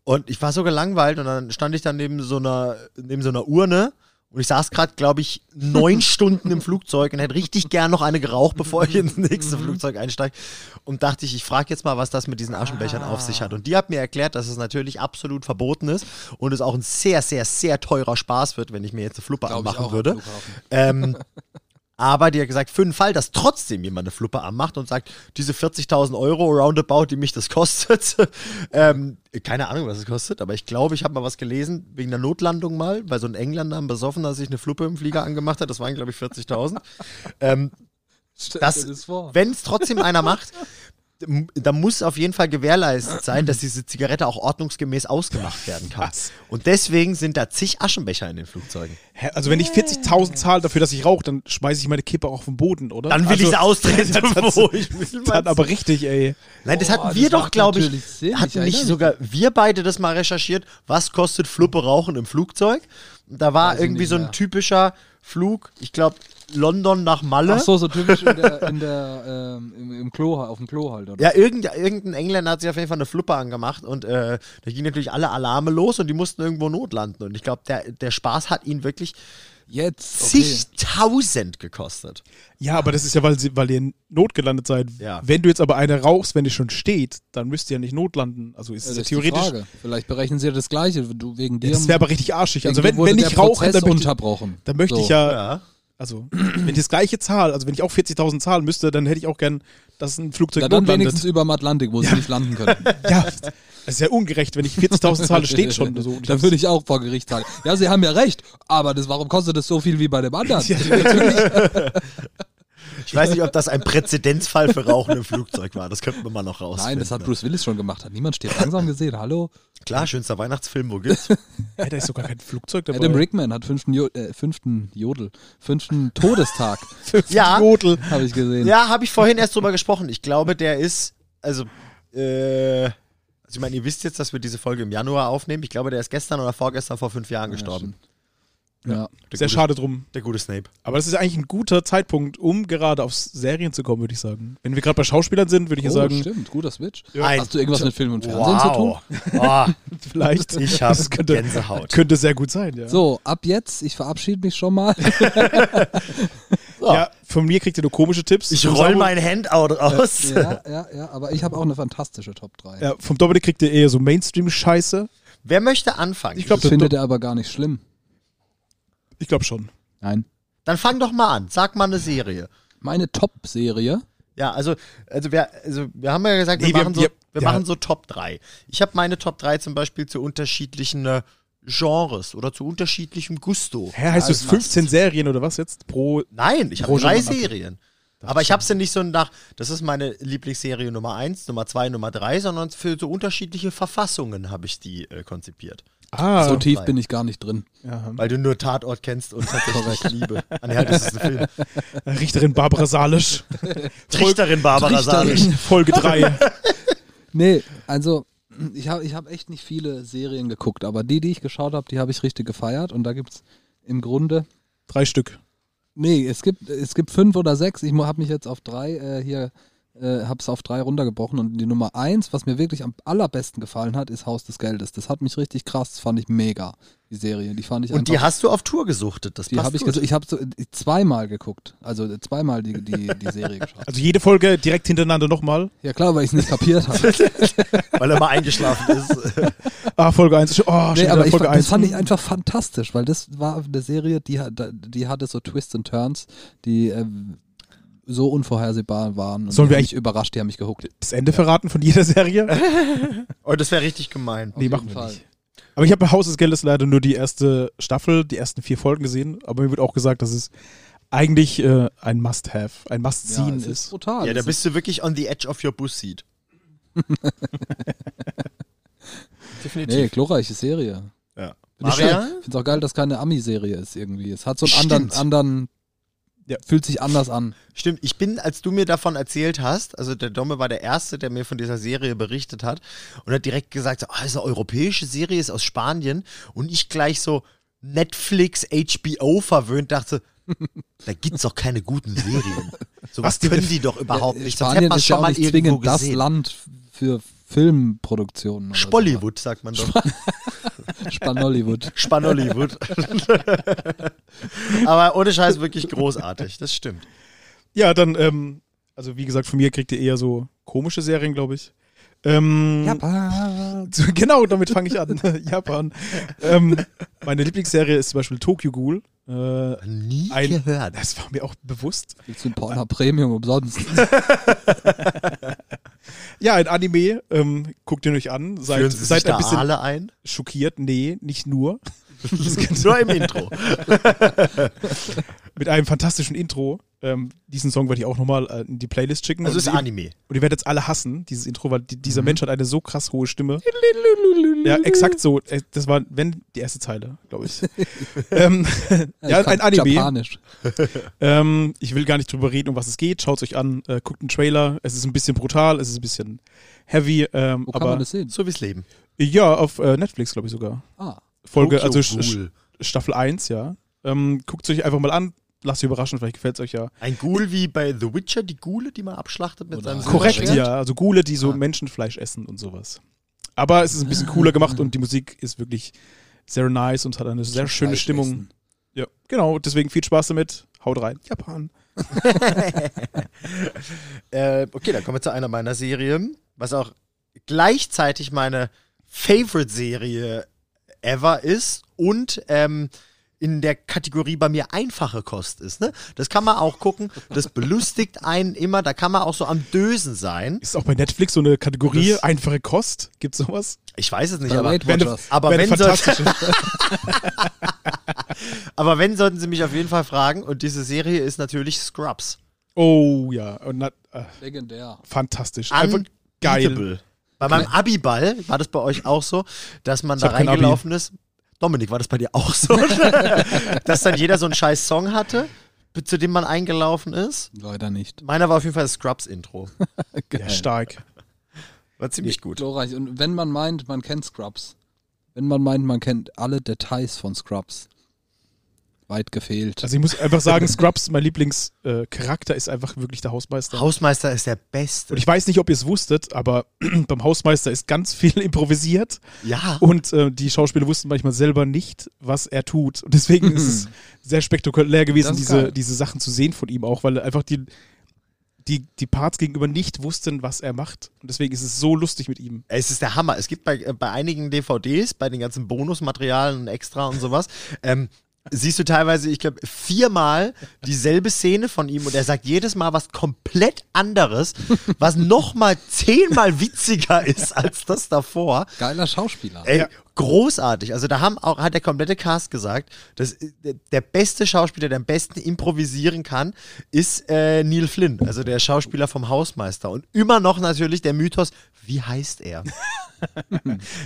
Und ich war so gelangweilt und dann stand ich dann neben so einer, neben so einer Urne und ich saß gerade, glaube ich, neun Stunden im Flugzeug und hätte richtig gern noch eine geraucht, bevor ich ins Mhm. nächste Flugzeug einsteige. Und dachte ich, ich frage jetzt mal, was das mit diesen Aschenbechern auf sich hat. Und die hat mir erklärt, dass es natürlich absolut verboten ist und es auch ein sehr, sehr, sehr teurer Spaß wird, wenn ich mir jetzt eine Fluppe Glaub ich auch anmachen am würde. Flughafen. Ähm, aber die hat gesagt, für den Fall, dass trotzdem jemand eine Fluppe anmacht und sagt, diese 40.000 Euro roundabout, die mich das kostet, ähm, keine Ahnung, was es kostet, aber ich glaube, ich habe mal was gelesen, wegen der Notlandung mal, bei so einem Engländer, ein Besoffener, sich eine Fluppe im Flieger angemacht hat, das waren, glaube ich, 40.000. ähm, Stell das- dir das vor. Wenn es trotzdem einer macht, m- da muss auf jeden Fall gewährleistet sein, dass diese Zigarette auch ordnungsgemäß ausgemacht werden kann. Was? Und deswegen sind da zig Aschenbecher in den Flugzeugen. Hä, Also wenn ich 40.000 zahle dafür, dass ich rauche, dann schmeiße ich meine Kippe auch auf den Boden, oder? Dann will also, ich sie austreten, wo ich Dann aber richtig, ey. Nein, das Boah, hatten wir das doch, macht glaube ich, natürlich Sinn. Ich hatten erinnere nicht mich. sogar wir beide das mal recherchiert, was kostet Fluppe rauchen im Flugzeug? Und Da war Weiß ich irgendwie nicht so ein mehr. typischer Flug, ich glaube London nach Malle. Ach so, so typisch in der, in der, ähm, im, im Klo, auf dem Klo halt, oder? Ja, irgendein, irgendein Engländer hat sich auf jeden Fall eine Fluppe angemacht und äh, da gingen natürlich alle Alarme los und die mussten irgendwo notlanden. Und ich glaube, der, der Spaß hat ihn wirklich Jetzt. zigtausend gekostet. Ja, aber das ist ja, weil, sie, weil ihr in Not gelandet seid. Ja. Wenn du jetzt aber eine rauchst, wenn die schon steht, dann müsst ihr ja nicht notlanden. Also ist Das es ist ja die theoretisch. Frage. Vielleicht berechnen sie ja das Gleiche. Du, wegen dir. Das wäre aber richtig arschig. wegen Also dir wenn, wurde wenn der ich rauche, Prozess dann möchte, ich- unterbrochen. dann möchte so. ich ja, Ja. also wenn ich das gleiche zahle, also wenn ich auch 40.000 zahlen müsste, dann hätte ich auch gern, dass ein Flugzeug Na, dann notlandet. wenigstens über dem Atlantik, wo sie nicht landen können. Ja, das ist ja ungerecht, wenn ich 40.000 zahle, steht schon so. Dann würde ich auch vor Gericht sagen. Ja, sie haben ja recht, aber das, warum kostet das so viel wie bei dem anderen? Ich weiß nicht, ob das ein Präzedenzfall für Rauchen im Flugzeug war. Das könnten wir mal noch raus. Nein, das hat Bruce Willis schon gemacht. Hat niemand stirbt langsam gesehen. Hallo? Klar, schönster Weihnachtsfilm, wo gibt's? Ja, da ist sogar kein Flugzeug dabei. Adam Rickman hat fünften, jo äh, fünften Jodel, fünften Todestag, Ja. Jodel. habe ich gesehen. Ja, habe ich vorhin erst drüber gesprochen. Ich glaube, der ist, also, äh, also ich meine, ihr wisst jetzt, dass wir diese Folge im Januar aufnehmen. Ich glaube, der ist gestern oder vorgestern vor fünf Jahren gestorben. Ja. Der Sehr gute- schade drum. Der gute Snape. Aber das ist eigentlich ein guter Zeitpunkt, um gerade auf Serien zu kommen, würde ich sagen. Wenn wir gerade bei Schauspielern sind, würde ich ja Oh, sagen, stimmt, guter Switch. Ein- Hast du irgendwas mit Film und Fernsehen zu tun? Wow. Oh, vielleicht. ich habe Das könnte- Gänsehaut. Könnte sehr gut sein, ja. So, ab jetzt, ich verabschiede mich schon mal. Ja, von mir kriegt ihr nur komische Tipps. Ich Vom roll Samu- mein Handout raus. ja, ja, ja, aber ich habe auch eine fantastische Top 3. Ja, vom Dominik kriegt ihr eher so Mainstream-Scheiße. Wer möchte anfangen? Ich glaub- das findet er aber gar nicht schlimm. Ich glaube schon. Nein. Dann fang doch mal an. Sag mal eine Serie. Meine Top-Serie. Ja, also, also, wir, also wir haben ja gesagt, Nee, wir, wir- machen so, wir- wir ja. machen so Top 3. Ich habe meine Top 3 zum Beispiel zu unterschiedlichen äh, Genres oder zu unterschiedlichem Gusto. Hä, heißt das 15 Serien oder was jetzt? Pro. Nein, ich habe Pro drei Genre, okay. Serien. Aber ich habe sie nicht so nach, das ist meine Lieblingsserie Nummer 1, Nummer 2, Nummer 3, sondern für so unterschiedliche Verfassungen habe ich die äh, konzipiert. Ah, so tief nein. bin ich gar nicht drin. ja. Weil du nur Tatort kennst und tatsächlich Liebe. Ah, nee, halt, das ist ein Film. Richterin Barbara Salisch. Trichterin Barbara Trichterin. Salisch. Folge 3. Nee, also ich habe ich hab echt nicht viele Serien geguckt, aber die, die ich geschaut habe, die habe ich richtig gefeiert und da gibt es im Grunde, Drei Stück. nee, es gibt, es gibt fünf oder sechs, ich habe mich jetzt auf drei äh, hier, äh, habe es auf drei runtergebrochen und die Nummer eins, was mir wirklich am allerbesten gefallen hat, ist Haus des Geldes. Das hat mich richtig krass, das fand ich mega, die Serie, die fand ich Und die einfach... hast du auf Tour gesuchtet. Das Die passt habe ich, gut. ges- ich habe so äh, zweimal geguckt, also äh, zweimal die, die, die Serie geschaut. Also jede Folge direkt hintereinander nochmal. Ja klar, weil ich es nicht kapiert habe. weil er mal eingeschlafen ist. Ah, Folge 1. Oh, schon Nee, wieder aber ich, Folge fand- das eins. fand ich einfach fantastisch, weil das war eine Serie, die, hat- die hatte so Twists und Turns, die ähm, so unvorhersehbar waren. Und Sollen die wir haben mich überrascht, die haben mich gehuckt. Das Ende verraten von jeder Serie? Oh, das wäre richtig gemein. Nee, jeden machen wir Fall. nicht. Aber ich habe bei Haus des Geldes leider nur die erste Staffel, die ersten vier Folgen gesehen, aber mir wird auch gesagt, dass es eigentlich äh, ein Must-Have, ein Ja, Must-Seen es ist ist. brutal. Ja, da Es bist du wirklich on the edge of your bus seat. ist, Definitiv. nee, glorreiche Serie. Ja. Find ich Maria? schön. find's auch geil, dass keine Ami-Serie ist irgendwie. Es hat so einen Stimmt. anderen, anderen Ja. fühlt sich anders an. Stimmt, ich bin, als du mir davon erzählt hast, also der Domme war der Erste, der mir von dieser Serie berichtet hat und hat direkt gesagt, so, ah, das ist eine europäische Serie, ist aus Spanien und ich gleich so Netflix, HBO verwöhnt dachte, da gibt's doch keine guten Serien. Sowas Was die- können die doch überhaupt nicht. Sonst hätte Spanien man ist ja schon auch mal nicht irgendwo zwingend das gesehen. Land für Filmproduktionen. oder Spollywood, sagt man doch. so. Spanollywood. Spanollywood. Aber ohne Scheiß wirklich großartig, das stimmt. Ja, dann, ähm, also wie gesagt, von mir kriegt ihr eher so komische Serien, glaube ich. Ähm, Japan. So, genau, damit fange ich an. Japan. ähm, meine Lieblingsserie ist zum Beispiel Tokyo Ghoul. Äh, Nie Ein- gehört. das war mir auch bewusst. Gibt's in Pornhub Premium umsonst. Ja, ein Anime. Ähm, guckt ihn euch an. Führen Seid, Sie sich seid da ein bisschen Aale ein? schockiert. Nee, nicht nur. Nur im Intro. Mit einem fantastischen Intro. Ähm, diesen Song werde ich auch nochmal äh, in die Playlist schicken. Also und, ist ihr, Anime. und ihr werdet jetzt alle hassen, dieses Intro, weil die, dieser Mensch hat eine so krass hohe Stimme. ja, exakt so. Äh, Das war, wenn, die erste Zeile, glaube ich. ähm, ja, Ich kann ein Anime. Japanisch. Ähm, ich will gar nicht drüber reden, um was es geht. Schaut euch an, äh, guckt einen Trailer. Es ist ein bisschen brutal, es ist ein bisschen heavy, ähm, Wo kann aber man das sehen? So wie's Leben. ja, auf äh, Netflix glaube ich sogar. Ah, Folge, Tokyo also Sch- Sch- Ghoul. Staffel 1, ja. Ähm, guckt euch einfach mal an, lasst euch überraschen, vielleicht gefällt es euch ja. Ein Ghoul wie bei The Witcher, die Ghule, die man abschlachtet mit Oder- seinem Korrekt, Silberschwert? ja. Also Ghule, die so Ah. Menschenfleisch essen und sowas. Aber es ist ein bisschen cooler gemacht und die Musik ist wirklich sehr nice und hat eine sehr schöne Fleisch Stimmung. essen. Ja, genau. Deswegen viel Spaß damit. Haut rein. Japan. Äh, okay, dann kommen wir zu einer meiner Serien, was auch gleichzeitig meine Favorite-Serie ever ist und ähm, in der Kategorie bei mir einfache Kost ist. Ne? Das kann man auch gucken, das belustigt einen immer, da kann man auch so am Dösen sein. Ist auch bei Netflix so eine Kategorie, Das- einfache Kost. Gibt's sowas? Ich weiß es nicht, bei aber Weight wenn du- Watchers. Aber Wäre eine wenn, soll, fantastische- aber wenn, sollten sie mich auf jeden Fall fragen. Und diese Serie ist natürlich Scrubs. oh ja, und na, äh, Legendär. fantastisch. Einfach geil. Unbeatable. Bei meinem Abiball war das bei euch auch so, dass man Ich da hab kein Abi. reingelaufen ist. Dominik, war das bei dir auch so? dass dann jeder so einen scheiß Song hatte, zu dem man eingelaufen ist? Leider nicht. Meiner war auf jeden Fall das Scrubs-Intro. Ja, stark. War ziemlich gut. Glorreich. Und wenn man meint, man kennt Scrubs, wenn man meint, man kennt alle Details von Scrubs, weit gefehlt. Also ich muss einfach sagen, Scrubs, mein Lieblingscharakter, äh, Charakter ist einfach wirklich der Hausmeister. Hausmeister ist der und Beste. ich weiß nicht, ob ihr es wusstet, aber beim Hausmeister ist ganz viel improvisiert Ja. und äh, die Schauspieler wussten manchmal selber nicht, was er tut. Und deswegen ist Mhm. es sehr spektakulär gewesen, Das ist diese, geil. diese Sachen zu sehen von ihm auch, weil einfach die, die, die Parts gegenüber nicht wussten, was er macht. Und deswegen ist es so lustig mit ihm. Es ist der Hammer. Es gibt bei, äh, bei einigen DVDs, bei den ganzen Bonusmaterialien und extra und sowas, ähm, siehst du teilweise, ich glaube, viermal dieselbe Szene von ihm und er sagt jedes Mal was komplett anderes, was nochmal zehnmal witziger ist als das davor. Geiler Schauspieler. Ey, großartig. Also da haben auch, hat der komplette Cast gesagt, dass äh, der- der beste Schauspieler, der am besten improvisieren kann, ist äh, Neil Flynn, also der Schauspieler vom Hausmeister. Und immer noch natürlich der Mythos, wie heißt er?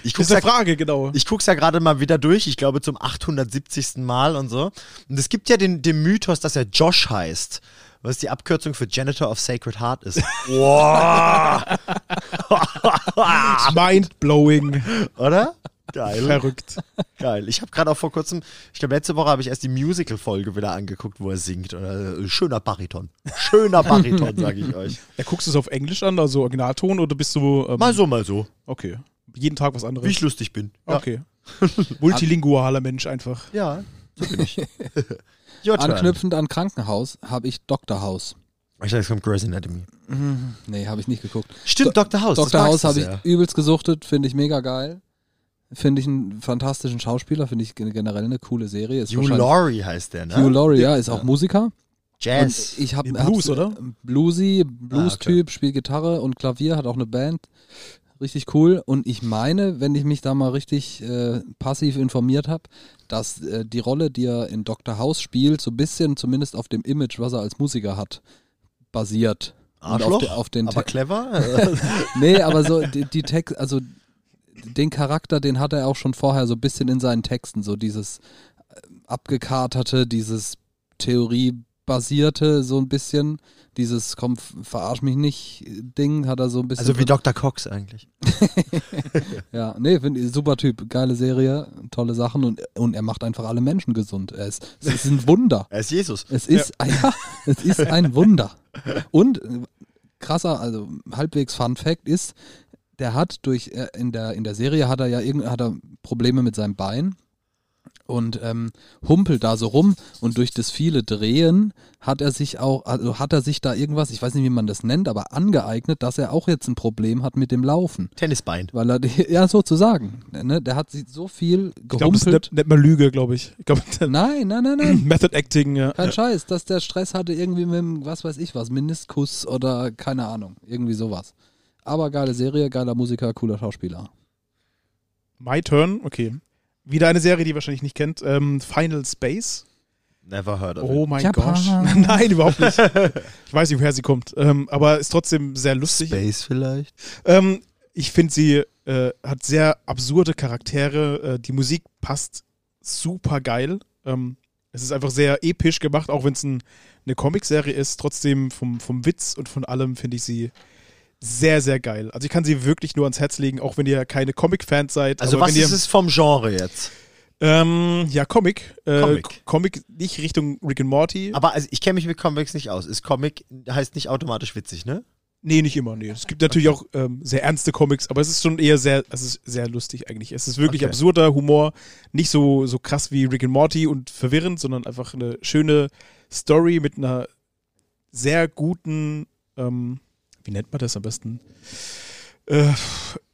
ich Das guck's ist ja, eine Frage, genau. ich guck's ja gerade mal wieder durch, ich glaube zum 870. Mal und so. Und es gibt ja den, den Mythos, dass er Josh heißt. Was die Abkürzung für Janitor of Sacred Heart ist. Mindblowing. Oder? Geil. Verrückt. Geil. Ich habe gerade auch vor kurzem, ich glaube letzte Woche habe ich erst die Musical-Folge wieder angeguckt, wo er singt. Und, äh, schöner Bariton. Schöner Bariton, sage ich euch. Ja, guckst du es auf Englisch an, also Originalton, oder bist du. Ähm, Mal so, mal so. Okay. Jeden Tag was Wie anderes. ich lustig bin. Ja. Okay. Multilingualer Mensch einfach. Ja, so bin ich. Your turn. Anknüpfend an Krankenhaus habe ich Dr. House. Ich dachte, es kommt Grey's Anatomy. Nee, habe ich nicht geguckt. Stimmt, Dr. Oh, House. das Dr. magst House du habe ich sehr. übelst gesuchtet, finde ich mega geil. Finde ich einen fantastischen Schauspieler, finde ich gen- generell eine coole Serie. Ist Hugh wahrscheinlich- Laurie heißt der, ne? Hugh Laurie, ja, ist auch Musiker. Jazz. Und ich hab, Nee, Blues, hab's- äh, oder? Bluesy, Ah, Blues-Typ, spielt Gitarre und Klavier, hat auch eine Band. Richtig cool. Und ich meine, wenn ich mich da mal richtig äh, passiv informiert habe, dass äh, die Rolle, die er in Dr. House spielt, so ein bisschen zumindest auf dem Image, was er als Musiker hat, basiert. Und Arschloch, auf, de- auf den aber Te- clever. Nee, aber so die, die Text, also den Charakter, den hat er auch schon vorher so ein bisschen in seinen Texten, so dieses äh, abgekaterte, dieses theoriebasierte, so ein bisschen, dieses komm, f- verarsch mich nicht äh, Ding hat er so ein bisschen. also wie Dr. Cox eigentlich. ja, nee, find, ich- super Typ, geile Serie, tolle Sachen und, und er macht einfach alle Menschen gesund. Er ist, es ist ein Wunder. Er ist Jesus. Es ist, ein, es ist ein Wunder. Und äh, krasser, also halbwegs Fun Fact ist, der hat durch, äh, in, der, in der Serie hat er ja irgend, hat er Probleme mit seinem Bein und ähm, humpelt da so rum und durch das viele Drehen hat er sich auch, also hat er sich da irgendwas, ich weiß nicht, wie man das nennt, aber angeeignet, dass er auch jetzt ein Problem hat mit dem Laufen. Tennisbein. Weil er, die- ja, sozusagen, ne, der hat sich so viel gehumpelt. Ich glaube, das nennt, nennt man Lüge, glaube ich. Ich glaube, nein, nein, nein, nein. Method Acting, ja. Kein Scheiß, dass der Stress hatte irgendwie mit dem, was weiß ich was, Meniskus oder keine Ahnung, irgendwie sowas. Aber geile Serie, geiler Musiker, cooler Schauspieler. My Turn, okay. Wieder eine Serie, die ihr wahrscheinlich nicht kennt. Ähm, Final Space. Never heard of Oh it. mein Japan. Gott. Nein, überhaupt nicht. Ich weiß nicht, woher sie kommt. Ähm, aber ist trotzdem sehr lustig. Space vielleicht. Ähm, ich finde, sie äh, hat sehr absurde Charaktere. Äh, die Musik passt super geil. Ähm, es ist einfach sehr episch gemacht, auch wenn es ein, eine Comicserie ist. Trotzdem vom, vom Witz und von allem finde ich sie sehr, sehr geil. Also ich kann sie wirklich nur ans Herz legen, auch wenn ihr keine Comic-Fans seid. Also aber was wenn ihr, ist es vom Genre jetzt? Ähm, ja, Comic. Äh, Comic. Comic. nicht Richtung Rick and Morty. Aber also ich kenne mich mit Comics nicht aus. Ist Comic heißt nicht automatisch witzig, ne? Nee, nicht immer. Nee. Es gibt natürlich auch ähm, sehr ernste Comics, aber es ist schon eher sehr, es ist sehr lustig eigentlich. Es ist wirklich Okay. absurder Humor, nicht so, so krass wie Rick and Morty und verwirrend, sondern einfach eine schöne Story mit einer sehr guten, ähm, wie nennt man das am besten? Äh,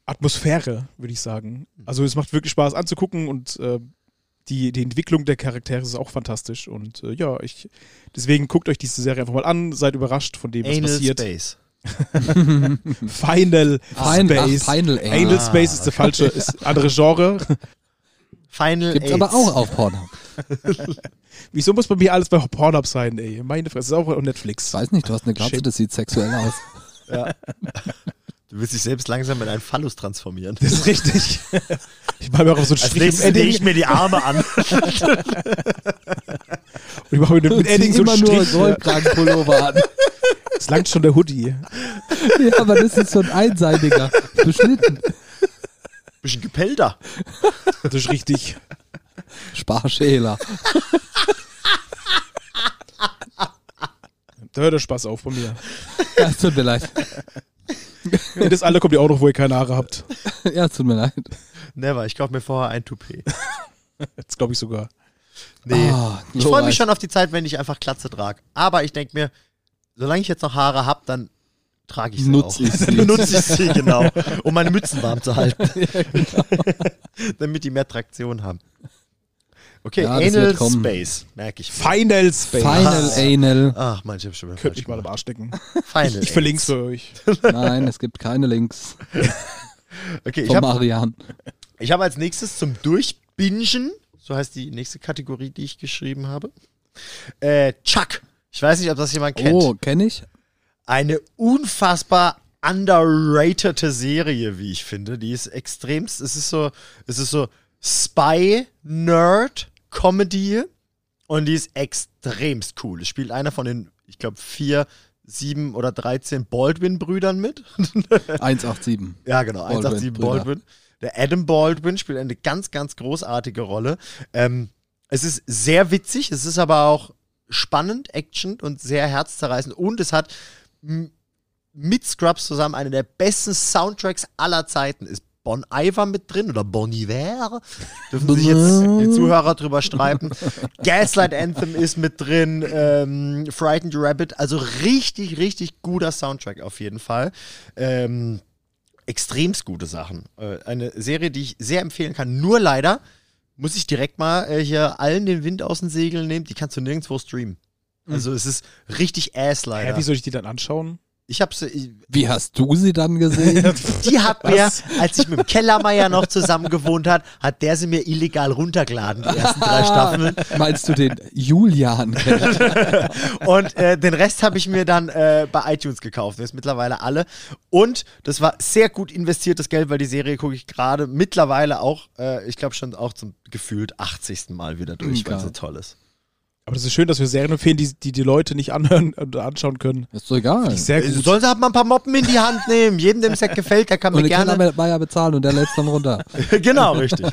Atmosphäre, würde ich sagen. Mhm. Also es macht wirklich Spaß anzugucken und äh, die, die Entwicklung der Charaktere ist auch fantastisch. Und äh, ja, ich deswegen guckt euch diese Serie einfach mal an, seid überrascht von dem, was Anal passiert. Space. Final Fein- Space. Ah, ach, Final Ah. Aim. Anal Space ist der falsche, ist andere Genre. Final Gibt's AIDS. aber auch auf Pornhub. Wieso muss bei mir alles bei Pornhub sein, ey? Meine Fresse, ist auch auf Netflix. Ich weiß nicht, du hast eine Glatze, Shit. das sieht sexuell aus. Du willst dich selbst langsam in einen Phallus transformieren. Das ist richtig. Ich mache mir auch so einen Als Strich nächstes im lege Edding ich mir die Arme an. und ich mache mir mit Edding so immer einen nur Strich. Ja, Goldkragenpullover an. Es langt schon der Hoodie. ja, aber das ist so ein einseitiger, beschnitten. Bisschen Gepelter. Das ist richtig. Sparschäler. Da hört der Spaß auf bei mir. Ja, es tut mir leid. In das Alter kommt ihr auch noch, wo ihr keine Haare habt. Ja, es tut mir leid. Never, ich kaufe mir vorher ein Toupet. Jetzt glaube ich sogar. Nee. Ah, ich freue mich schon auf die Zeit, wenn ich einfach Klatze trage. Aber ich denke mir, solange ich jetzt noch Haare habe, dann trage ich sie Nutz auch. ich sie. Dann nutze ich sie, genau. Um meine Mützen warm zu halten. genau. Damit die mehr Traktion haben. Okay, Ja, das Anal wird kommen. Space, merke ich. mir. Final Space. Final Anal. Ach, Mann, ich habe schon wieder Könnt falsch mich mal gemacht. am Arsch stecken. Final Ich verlinke es AIDS. für euch. Nein, es gibt keine Links Okay, ich von habe Marian. ich hab als nächstes zum Durchbingen, so heißt die nächste Kategorie, die ich geschrieben habe, äh, Chuck. Ich weiß nicht, ob das jemand kennt. Oh, kenne ich? eine unfassbar underratete Serie, wie ich finde. Die ist extremst, es ist so, es ist so Spy Nerd Comedy und die ist extremst cool. Es spielt einer von den, ich glaube, vier, sieben oder 13 Baldwin-Brüdern mit. 187. Ja, genau, Baldwin, 187 Brüder. Baldwin. Der Adam Baldwin spielt eine ganz, ganz großartige Rolle. Ähm, es ist sehr witzig, es ist aber auch spannend, action und sehr herzzerreißend. Und es hat m- mit Scrubs zusammen einen der besten Soundtracks aller Zeiten. Ist Bon Iver mit drin oder Bon Iver? Dürfen sich jetzt die Zuhörer drüber streiten. Gaslight Anthem ist mit drin, ähm, Frightened Rabbit. Also richtig, richtig guter Soundtrack auf jeden Fall. Ähm, extremst gute Sachen. Äh, eine Serie, die ich sehr empfehlen kann. Nur leider muss ich direkt mal äh, hier allen den Wind aus den Segeln nehmen. Die kannst du nirgendwo streamen. Also es ist richtig ass leider. Hä, wie soll ich die dann anschauen? Ich habe sie, Wie hast du sie dann gesehen? Die hat mir, als ich mit dem Kellermeier noch zusammen gewohnt hat, hat der sie mir illegal runtergeladen, die ersten drei Staffeln. Meinst du den Julian? Und äh, den Rest habe ich mir dann äh, bei iTunes gekauft. Jetzt mittlerweile alle. Und das war sehr gut investiertes Geld, weil die Serie gucke ich gerade mittlerweile auch, äh, ich glaube schon auch zum gefühlt 80. Mal wieder durch, weil Geil. sie toll ist. Aber das ist schön, dass wir Serien empfehlen, die die, die Leute nicht anhören oder anschauen können. Ist doch egal. Sehr Äh, gut. Sollen sie halt mal ein paar Moppen in die Hand nehmen. Jedem, dem es ja gefällt, der kann mir Und den gerne. Kellermeier bezahlen und der lädt dann runter. genau, richtig.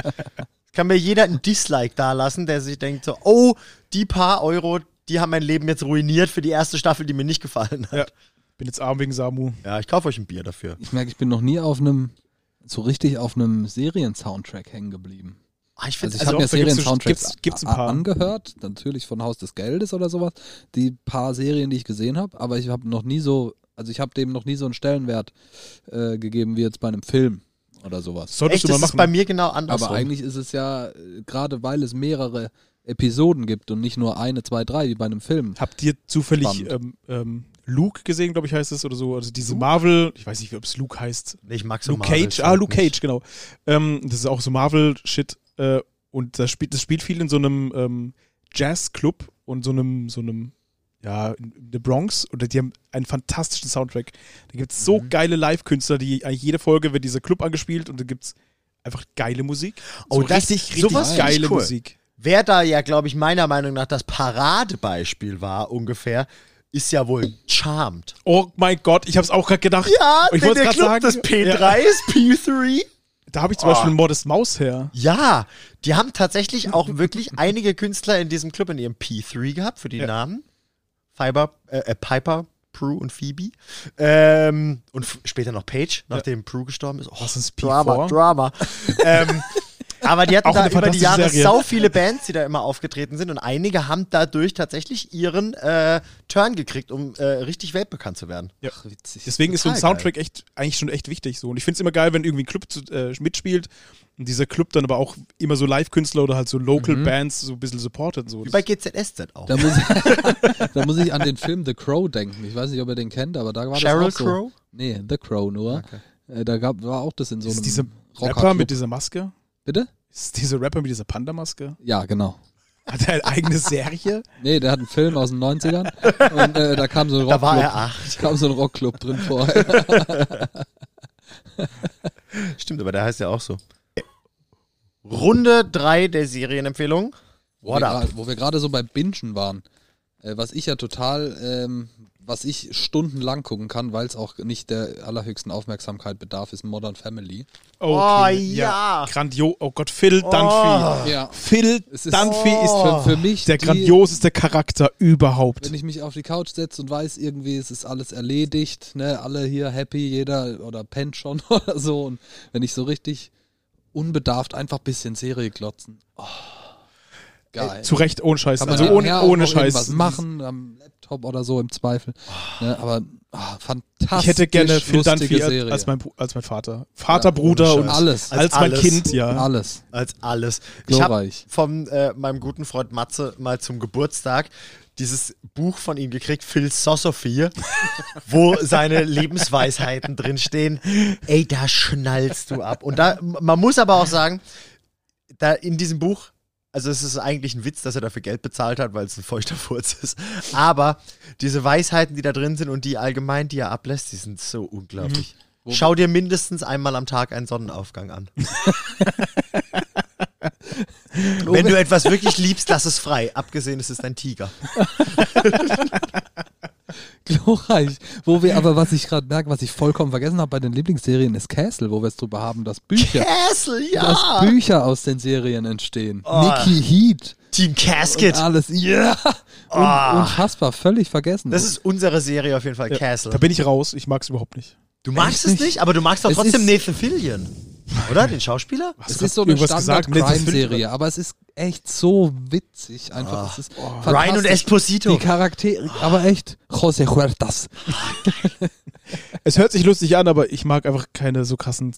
Kann mir jeder ein Dislike dalassen, der sich denkt so, oh, die paar Euro, die haben mein Leben jetzt ruiniert für die erste Staffel, die mir nicht gefallen hat. Ja. Bin jetzt arm wegen Samu. Ja, ich kaufe euch ein Bier dafür. Ich merke, ich bin noch nie auf einem, so richtig auf einem Serien-Soundtrack hängen geblieben. Ah, ich Also finde ich Also habe mir auch da gibt's- Serien-Soundtracks gibt's- gibt's ein a- paar. angehört, natürlich von Haus des Geldes oder sowas, die paar Serien, die ich gesehen habe, aber ich habe noch nie so, also ich habe dem noch nie so einen Stellenwert äh, gegeben wie jetzt bei einem Film oder sowas. Solltest echt, du mal das ist machen. bei mir genau andersrum. aber eigentlich ist es ja, äh, gerade weil es mehrere Episoden gibt und nicht nur eine, zwei, drei wie bei einem Film. Habt ihr zufällig Spannend. ähm, ähm, Luke gesehen, glaube ich, heißt es oder so? Also diese Marvel, ich weiß nicht, ob es Luke heißt. Nee, ich mag so Luke Marvel, Cage, ah, Luke halt nicht. Cage, genau. Ähm, das ist auch so Marvel-Shit. Äh, und das spielt, das spielt viel in so einem ähm, Jazz-Club und so einem, so einem, ja, in in der Bronx. Und die haben einen fantastischen Soundtrack. Da gibt es so Mhm. geile Live-Künstler, die eigentlich jede Folge wird dieser Club angespielt und da gibt es einfach geile Musik. Oh, so das- richtig, richtig sowas find ich geile cool. Musik. Wer da ja, glaube ich, meiner Meinung nach das Paradebeispiel war ungefähr, ist ja wohl Charmed. Oh mein Gott, ich habe es auch gerade gedacht. Und ich denn wollte gerade sagen, das P3 ist P3. Da habe ich zum Beispiel ein Modest Maus her. Ja, die haben tatsächlich auch wirklich einige Künstler in diesem Club in ihrem P3 gehabt für die Namen. Fiber, äh, äh, Piper, Prue und Phoebe. Ähm, und f- später noch Paige, nachdem Prue gestorben ist. Oh, Was ist Drama, P4? Drama. ähm, aber die hatten Auch da eine über die fantastische Jahre Serie. sau viele Bands, die da immer aufgetreten sind. Und einige haben dadurch tatsächlich ihren äh, Turn gekriegt, um äh, richtig weltbekannt zu werden. Ach, witzig. Deswegen ist so ein Total geil. Soundtrack echt, eigentlich schon echt wichtig. So. Und ich finde es immer geil, wenn irgendwie ein Club zu, äh, mitspielt und dieser Club dann aber auch immer so Live-Künstler oder halt so Local-Bands so ein bisschen supportet. So. Mhm. Wie bei GZSZ auch. Da muss, ich, da muss ich an den Film The Crow denken. Ich weiß nicht, ob ihr den kennt, aber da war Sheryl das auch so. Crow? Nee, The Crow nur. Äh, da gab, war auch das in so ist einem dieser Rapper Rockerclub. mit dieser Maske? Bitte? Ist dieser Rapper mit dieser Panda-Maske? Ja, genau. Hat er eine eigene Serie? Nee, der hat einen Film aus den 90ern und äh, da kam so ein Da war Rockclub, er acht. kam so ein Rockclub drin vor. Stimmt, aber der heißt ja auch so. Runde 3 der Serienempfehlung. wo, wir What up? grad- wo wir gerade so bei Bingen waren, äh, was ich ja total, ähm, was ich stundenlang gucken kann, weil es auch nicht der allerhöchsten Aufmerksamkeit bedarf, ist Modern Family. Oh, ja. Grandio. Oh Gott, Phil Dunphy. Ah. Ja, Phil es ist, Dunphy ist für, für mich der die- grandioseste Charakter überhaupt. Wenn ich mich auf die Couch setze und weiß, irgendwie es ist alles erledigt, ne, alle hier happy, jeder oder pennt schon oder so. Und wenn ich so richtig unbedarft einfach ein bisschen Serie glotzen. Oh, geil. Zu Recht, ohne Scheiß. Kann Also nebenher ohne, auch ohne noch Scheiß. irgendwas machen, am Laptop oder so im Zweifel. Ne, aber ah, fantastisch. Ich hätte gerne Phil lustige Dunphy Serie. als mein, Bru- als mein Vater. Vater, Ja, Bruder ohne und Scheiß. alles. als, mein alles. Kind, ja. Alles. als alles. Glorreich. Ich habe von äh, meinem guten Freund Matze mal zum Geburtstag dieses Buch von ihm gekriegt, Philosophy, wo seine Lebensweisheiten drinstehen. Ey, da schnallst du ab. Und da, man muss aber auch sagen, da in diesem Buch, also es ist eigentlich ein Witz, dass er dafür Geld bezahlt hat, weil es ein feuchter Furz ist. Aber diese Weisheiten, die da drin sind und die allgemein, die er ablässt, die sind so unglaublich. Schau dir mindestens einmal am Tag einen Sonnenaufgang an. Wenn du etwas wirklich liebst, lass es frei. Abgesehen, es ist ein Tiger. Glorreich. Wo wir aber, was ich gerade merke, was ich vollkommen vergessen habe bei den Lieblingsserien, ist Castle, wo wir es drüber haben, dass Bücher. Castle, dass ja! Bücher aus den Serien entstehen. Oh. Nikki Heat. Team Und Casket. alles. Ja! Ah. Un unfassbar, völlig vergessen. Das ist unsere Serie auf jeden Fall, Da Castle. bin ich raus, ich mag es überhaupt nicht. Du magst es nicht. nicht, aber du magst doch Es trotzdem ist- Nathan Fillion. Oder? Den Schauspieler? Hast es du ist so eine irgendwas gesagt? Nee, das finde ich- Standard-Crime-Serie, aber es ist echt so witzig. Einfach. Es ist fantastisch. Ah. Ryan und Esposito. Die Charaktere, aber echt. José Huertas. Es hört sich lustig an, aber ich mag einfach keine so krassen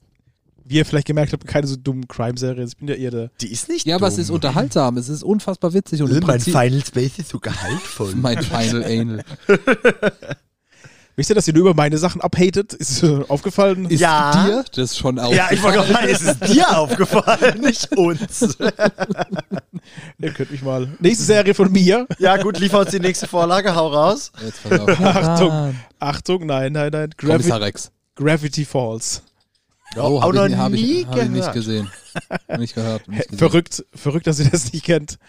wie ihr vielleicht gemerkt habt, keine so dummen Crime-Serie. Ich bin ja eher der. Die ist nicht Ja, dumm. aber es ist unterhaltsam, es ist unfassbar witzig und Äh, im Mein Prinzip Final Space ist so gehaltvoll. mein Final Anal. Wisst ihr, dass ihr nur über meine Sachen abhatet? Ist äh, aufgefallen? Ist Ja. dir das schon auch? Ah. ja, ich wollte gerade sagen, es ist dir aufgefallen, nicht uns. ihr könnt mich mal. Nächste Serie von mir. Ja, gut, liefer uns die nächste Vorlage, hau raus. Jetzt pass auf. Achtung. Achtung, nein, nein, nein. Gravi Kommissar Rex. Gravity Falls. Oh, auch habe noch ich, hab nie ich, hab ich nicht gehört. gesehen. Hab Nicht gehört. Nicht gesehen. Mhm. Verrückt, verrückt, dass ihr das nicht kennt.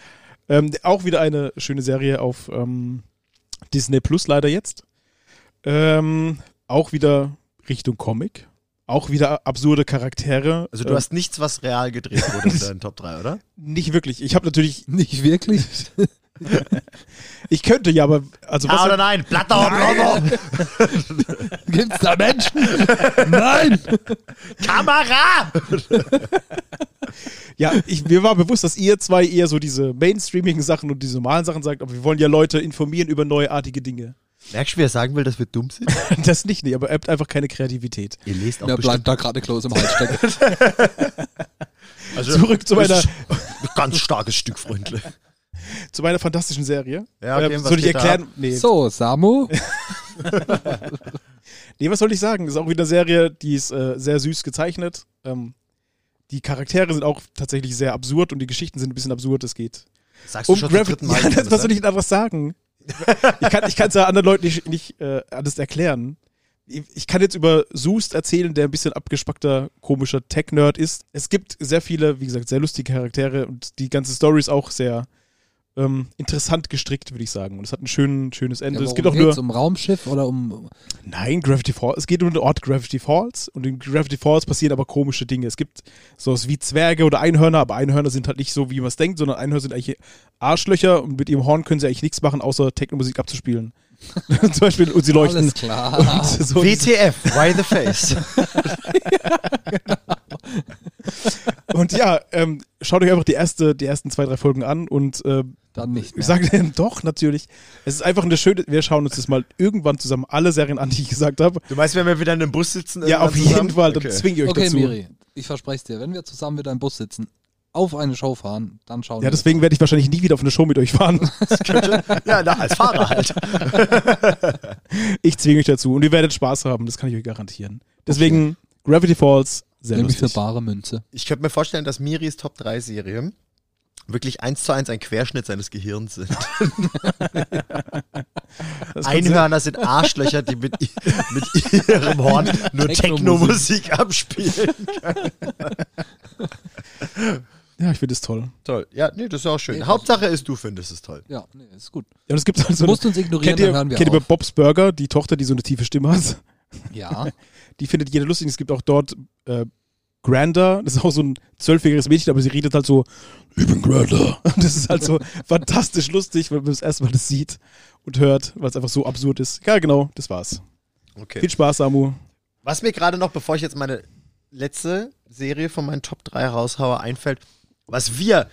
Ähm, auch wieder eine schöne Serie auf ähm, Disney Plus leider jetzt. Ähm, auch wieder Richtung Comic. Auch wieder absurde Charaktere. Also du Ähm, hast nichts, was real gedreht wurde in deinen Top 3, oder? nicht wirklich. Ich habe natürlich, Nicht wirklich? ich könnte ja, aber also was Ja Ah, oder nein? Platter Bravo! Gibt's da Menschen? Nein! Kamera! Ja, ich, mir war bewusst, dass ihr zwei eher so diese Mainstreaming-Sachen und diese normalen Sachen sagt, aber wir wollen ja Leute informieren über neuartige Dinge. Merkst du, wie er sagen will, dass wir dumm sind? Das nicht, nee, aber ihr habt einfach keine Kreativität. Ihr lest auch Da bleibt bestimmt. da gerade eine Klose im Hals stecken. Also, Zurück zu das meiner, ist ein ganz starkes Stück, Freundle. zu meiner fantastischen Serie. Ja, okay, Ähm, was soll ich geht da erklären? Nee. So, Samu. nee, was soll ich sagen? Das ist auch wieder eine Serie, die ist äh, sehr süß gezeichnet. Ähm, die Charaktere sind auch tatsächlich sehr absurd und die Geschichten sind ein bisschen absurd. Es geht Sagst um du schon zum Gravity. dritten Mal. ne? Ja, das, was Jonas, soll ich denn anderes sagen? Ich kann es ja anderen Leuten nicht, nicht äh, anders erklären. Ich ich kann jetzt über Soest erzählen, der ein bisschen abgespackter, komischer Tech-Nerd ist. Es gibt sehr viele, wie gesagt, sehr lustige Charaktere und die ganze Story ist auch sehr ähm, interessant gestrickt, würde ich sagen. Und es hat ein schön, schönes Ende. es gibt auch nur. geht's um Raumschiff oder um. Nein, Gravity Falls. Es geht um den Ort Gravity Falls und in Gravity Falls passieren aber komische Dinge. Es gibt sowas wie Zwerge oder Einhörner, aber Einhörner sind halt nicht so, wie man es denkt, sondern Einhörner sind eigentlich Arschlöcher und mit ihrem Horn können sie eigentlich nichts machen, außer Technomusik abzuspielen. Zum Beispiel, und sie leuchten. Alles klar. Und so, WTF, why the face? und ja, ähm, schaut euch einfach die, erste, die ersten zwei, drei Folgen an und ähm, Dann nicht. ich Mehr. sage denen doch natürlich. Es ist einfach eine schöne. Wir schauen uns das mal irgendwann zusammen alle Serien an, die ich gesagt habe. Du meinst, wenn wir wieder in einem Bus sitzen? Ja, auf irgendwann zusammen? jeden Fall, dann Okay. zwinge ich euch Okay, dazu. Miri, ich verspreche dir, wenn wir zusammen mit einem Bus sitzen, auf eine Show fahren, dann schauen Ja, wir. deswegen werde ich wahrscheinlich nie wieder auf eine Show mit euch fahren. Ja, na, als Fahrer halt. Ich zwinge euch dazu und ihr werdet Spaß haben, das kann ich euch garantieren. Deswegen Gravity Falls, sehr Nämlich für lustig. bare Münze. Ich könnte mir vorstellen, dass Miris Top 3 Serien wirklich eins zu eins ein Querschnitt seines Gehirns sind. Das kann sein. Einhörner sind Arschlöcher, die mit, i- mit ihrem Horn nur Technomusik. Techno-Musik abspielen. Ja, ich finde es toll. Toll. Ja, nee, das ist auch schön. Nee, Hauptsache ist, du findest es toll. Ja, nee, ist gut. Ja, und es gibt halt so Du musst eine, uns ignorieren, kennt ihr, dann hören wir kennt ihr bei auf. Bob's Burger, die Tochter, die so eine tiefe Stimme hat? Ja, Die findet jeder lustig. Es gibt auch dort äh, Grander, das ist auch so ein zwölfjähriges Mädchen, aber sie redet halt so, ich bin Grander. Und das ist halt so fantastisch lustig, wenn man das erste Mal das sieht und hört, weil es einfach so absurd ist. Ja, genau, das war's. Okay. Viel Spaß, Samu. Was mir gerade noch, bevor ich jetzt meine letzte Serie von meinen Top 3 raushaue, einfällt, was wir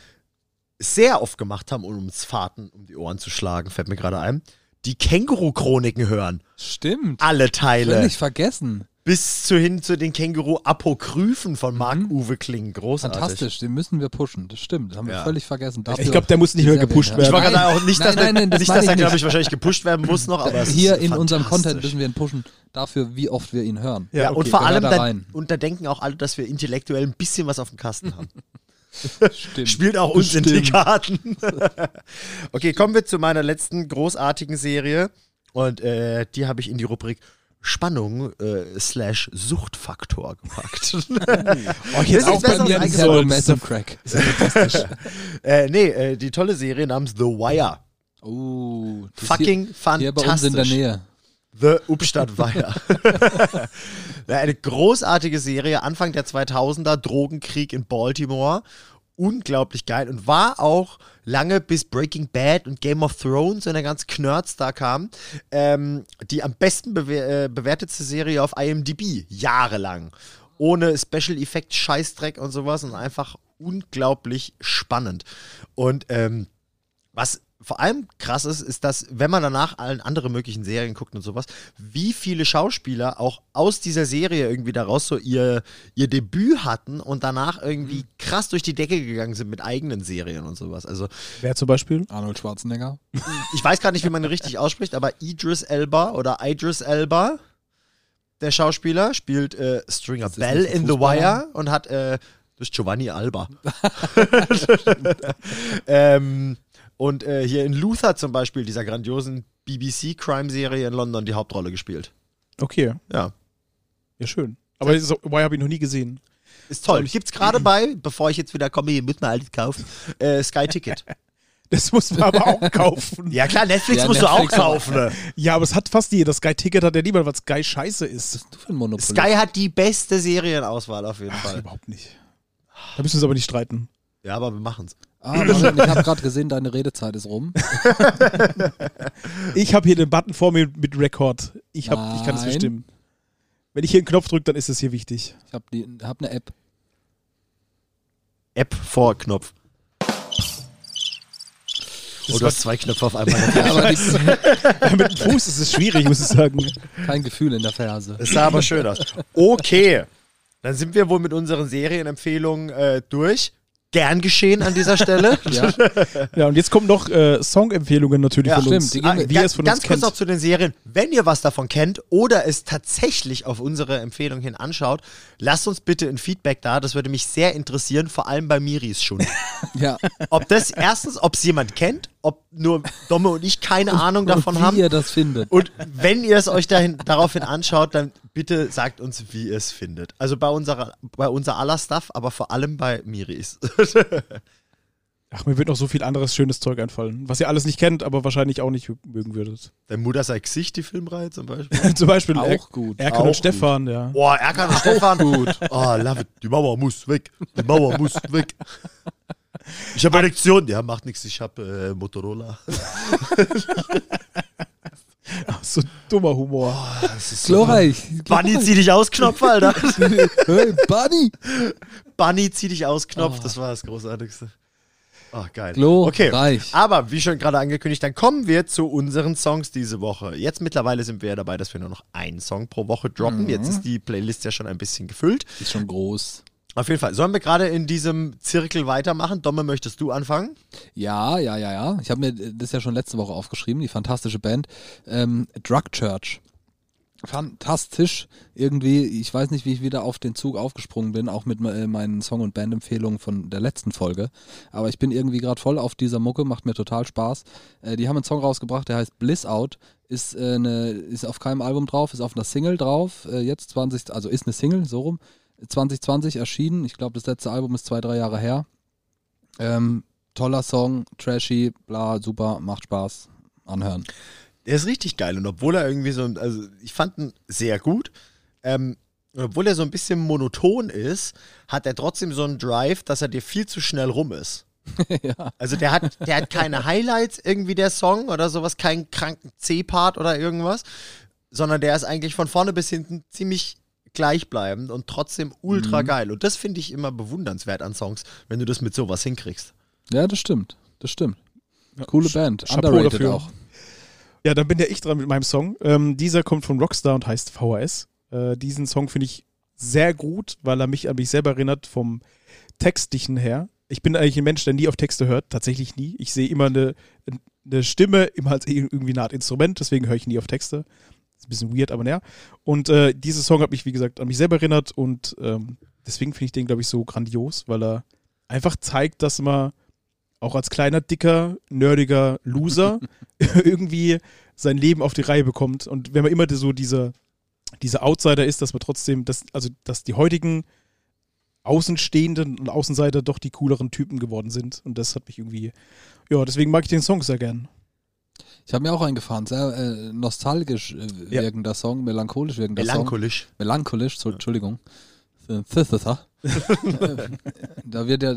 sehr oft gemacht haben, um uns Fahrten um die Ohren zu schlagen, fällt mir gerade ein, die Känguru-Chroniken hören. stimmt. Alle Teile. Völlig vergessen. Bis zu hin zu den Känguru-Apokryphen von Marc-Uwe Kling. Großartig. Mhm. Fantastisch, den müssen wir pushen. Das stimmt, das haben wir Ja. völlig vergessen. Dafür Ich glaube, der muss nicht mehr Sehr gepusht gerne. werden. Ich wollte Nein. gerade auch nicht, dass, Nein, nein, nein, der- das nicht, meine dass ich er, glaube nicht. ich, wahrscheinlich gepusht werden muss noch, aber es hier ist in unserem fantastisch. Content müssen wir ihn pushen, dafür, wie oft wir ihn hören. Ja, Ja, und okay. vor Gehört allem, da dann, rein. und da denken auch alle, dass wir intellektuell ein bisschen was auf dem Kasten haben. Stimmt. Spielt auch uns in die Bestimmt. Karten. okay, kommen wir zu meiner letzten großartigen Serie. Und äh, die habe ich in die Rubrik Spannung äh, slash Suchtfaktor gepackt. Oh, Ist es auch bei besser als mir ein eingesollt. Hello Massive Crack. äh, nee, äh, die tolle Serie namens The Wire. Oh, das Fucking hier, hier bei uns in der fantastisch. Nähe. The Upstadt Weiher. Ja, Eine großartige Serie, Anfang der 2000er, Drogenkrieg in Baltimore. Unglaublich geil und war auch lange bis Breaking Bad und Game of Thrones und der ganze Knörz da kam, ähm, die am besten bewer äh, bewertetste Serie auf IMDb, jahrelang. Ohne Special Effect, Scheißdreck und sowas und einfach unglaublich spannend. Und ähm, was vor allem krass ist, ist, dass, wenn man danach allen anderen möglichen Serien guckt und sowas, wie viele Schauspieler auch aus dieser Serie irgendwie daraus so ihr, ihr Debüt hatten und danach irgendwie krass durch die Decke gegangen sind mit eigenen Serien und sowas. Also, Wer zum Beispiel? Arnold Schwarzenegger. ich weiß gar nicht, wie man ihn richtig ausspricht, aber Idris Elba oder Idris Elba, der Schauspieler, spielt äh, Stringer ist Bell nicht ein in The Fußballer. Wire und hat, äh, das ist Giovanni Alba. ähm, und äh, hier in Luther zum Beispiel, dieser grandiosen BBC-Crime-Serie in London, die Hauptrolle gespielt. Okay, Ja. ja schön. Aber so, Why habe ich noch nie gesehen. Ist toll. Gibt's gerade bei, bevor ich jetzt wieder komme, ihr müsst mal alles kaufen, äh, Sky Ticket. Das muss man aber auch kaufen. Ja klar, Netflix Ja, musst Netflix du auch kaufen. ne? Ja, aber es hat fast jeder. Das Sky-Ticket hat ja niemand, weil Sky scheiße ist. Was ist denn du für ein Monopoly? Sky hat die beste Serienauswahl auf jeden Fall. überhaupt nicht. Da müssen wir uns aber nicht streiten. Ja, aber wir machen's. Ah, Marion, ich habe gerade gesehen, deine Redezeit ist rum. Ich habe hier den Button vor mir mit Rekord. Ich, hab, ich kann es Nein. bestimmen. Wenn ich hier einen Knopf drücke, dann ist es hier wichtig. Ich habe hab eine App. App vor Knopf. Oh, du hast zwei Knöpfe auf einmal. Ja, aber die, mit dem Fuß ist es schwierig, muss ich sagen. kein Gefühl in der Ferse. Das sah aber schön aus. Okay. Dann sind wir wohl mit unseren Serienempfehlungen äh, durch. Gern geschehen an dieser Stelle. Ja, Ja, und jetzt kommen noch äh, Song-Empfehlungen natürlich Ja, von stimmt. uns. Die Ah, gehen wir- wie ga- ihr es von ganz uns kurz kennt. noch zu den Serien. Wenn ihr was davon kennt oder es tatsächlich auf unsere Empfehlung hin anschaut, lasst uns bitte ein Feedback da. Das würde mich sehr interessieren, vor allem bei Miris schon. ja. Ob das erstens, ob es jemand kennt, ob nur Domme und ich keine Ahnung davon Und wie haben. ihr das findet. Und wenn ihr es euch dahin, daraufhin anschaut, dann bitte sagt uns, wie ihr es findet. Also bei unserer, bei unser aller Stuff, aber vor allem bei Miris. Ach, mir wird noch so viel anderes schönes Zeug einfallen, was ihr alles nicht kennt, aber wahrscheinlich auch nicht mögen würdet. Dein Mutter sei Gesicht, die Filmreihe zum Beispiel. Zum Beispiel Auch Er- gut, Erkan auch und Stefan, ja. Boah, Erkan und Stefan. Gut. Oh, love it. Die Mauer muss weg. Die Mauer muss weg. Ich habe Erektion. Ja, macht nichts. Ich habe äh, Motorola. So ein dummer Humor. Das ist Glorreich. Bunny, zieh dich aus, Knopf, Alter. Hey, Bunny. Bunny, zieh dich aus, Knopf. Das war das Großartigste. Ach, geil. Okay. Glorreich. Aber wie schon gerade angekündigt, dann kommen wir zu unseren Songs diese Woche. Jetzt mittlerweile sind wir ja dabei, dass wir nur noch einen Song pro Woche droppen. Jetzt ist die Playlist ja schon ein bisschen gefüllt. Ist schon groß. Auf jeden Fall. Sollen wir gerade in diesem Zirkel weitermachen? Domme, möchtest du anfangen? Ja, ja, ja, ja. Ich habe mir äh, das ja schon letzte Woche aufgeschrieben, die fantastische Band. Ähm, Drug Church. Fantastisch. Irgendwie, ich weiß nicht, wie ich wieder auf den Zug aufgesprungen bin, auch mit äh, meinen Song- und Bandempfehlungen von der letzten Folge. Aber ich bin irgendwie gerade voll auf dieser Mucke, macht mir total Spaß. Äh, die haben einen Song rausgebracht, der heißt Bliss Out. Ist, äh, ne, ist auf keinem Album drauf, ist auf einer Single drauf. Äh, jetzt 20, also ist eine Single, so rum. 2020 erschienen. Ich glaube, das letzte Album ist zwei, drei Jahre her. Ähm, toller Song, trashy, bla, super, macht Spaß. Anhören. Der ist richtig geil. Und obwohl er irgendwie so, ein- also ich fand ihn sehr gut. Ähm, und obwohl er so ein bisschen monoton ist, hat er trotzdem so einen Drive, dass er dir viel zu schnell rum ist. Also der hat, der hat keine Highlights irgendwie der Song oder sowas, keinen kranken C-Part oder irgendwas, sondern der ist eigentlich von vorne bis hinten ziemlich gleichbleibend und trotzdem ultra geil. Und das finde ich immer bewundernswert an Songs, wenn du das mit sowas hinkriegst. Ja, das stimmt. Das stimmt. Coole Band. Chapeau Underrated dafür. auch. Ja, dann bin ja ich dran mit meinem Song. Ähm, dieser kommt von Rockstar und heißt VHS. Äh, diesen Song finde ich sehr gut, weil er mich an mich selber erinnert vom Textlichen her. Ich bin eigentlich ein Mensch, der nie auf Texte hört, tatsächlich nie. Ich sehe immer eine, eine Stimme, immer als ir- irgendwie eine Art Instrument, deswegen höre ich nie auf Texte. Ist ein bisschen weird, aber naja. Und äh, dieser Song hat mich, wie gesagt, an mich selber erinnert und ähm, deswegen finde ich den, glaube ich, so grandios, weil er einfach zeigt, dass man auch als kleiner, dicker, nerdiger Loser irgendwie sein Leben auf die Reihe bekommt. Und wenn man immer so diese, diese Outsider ist, dass man trotzdem, dass, also dass die heutigen Außenstehenden und Außenseiter doch die cooleren Typen geworden sind. Und das hat mich irgendwie, ja, deswegen mag ich den Song sehr gern. Ich habe mir auch eingefahren. Sehr äh, nostalgisch äh, Ja. wirkender Song, melancholisch wirkender Song. Melancholisch. Melancholisch, so, Entschuldigung. Synthesizer. da wird ja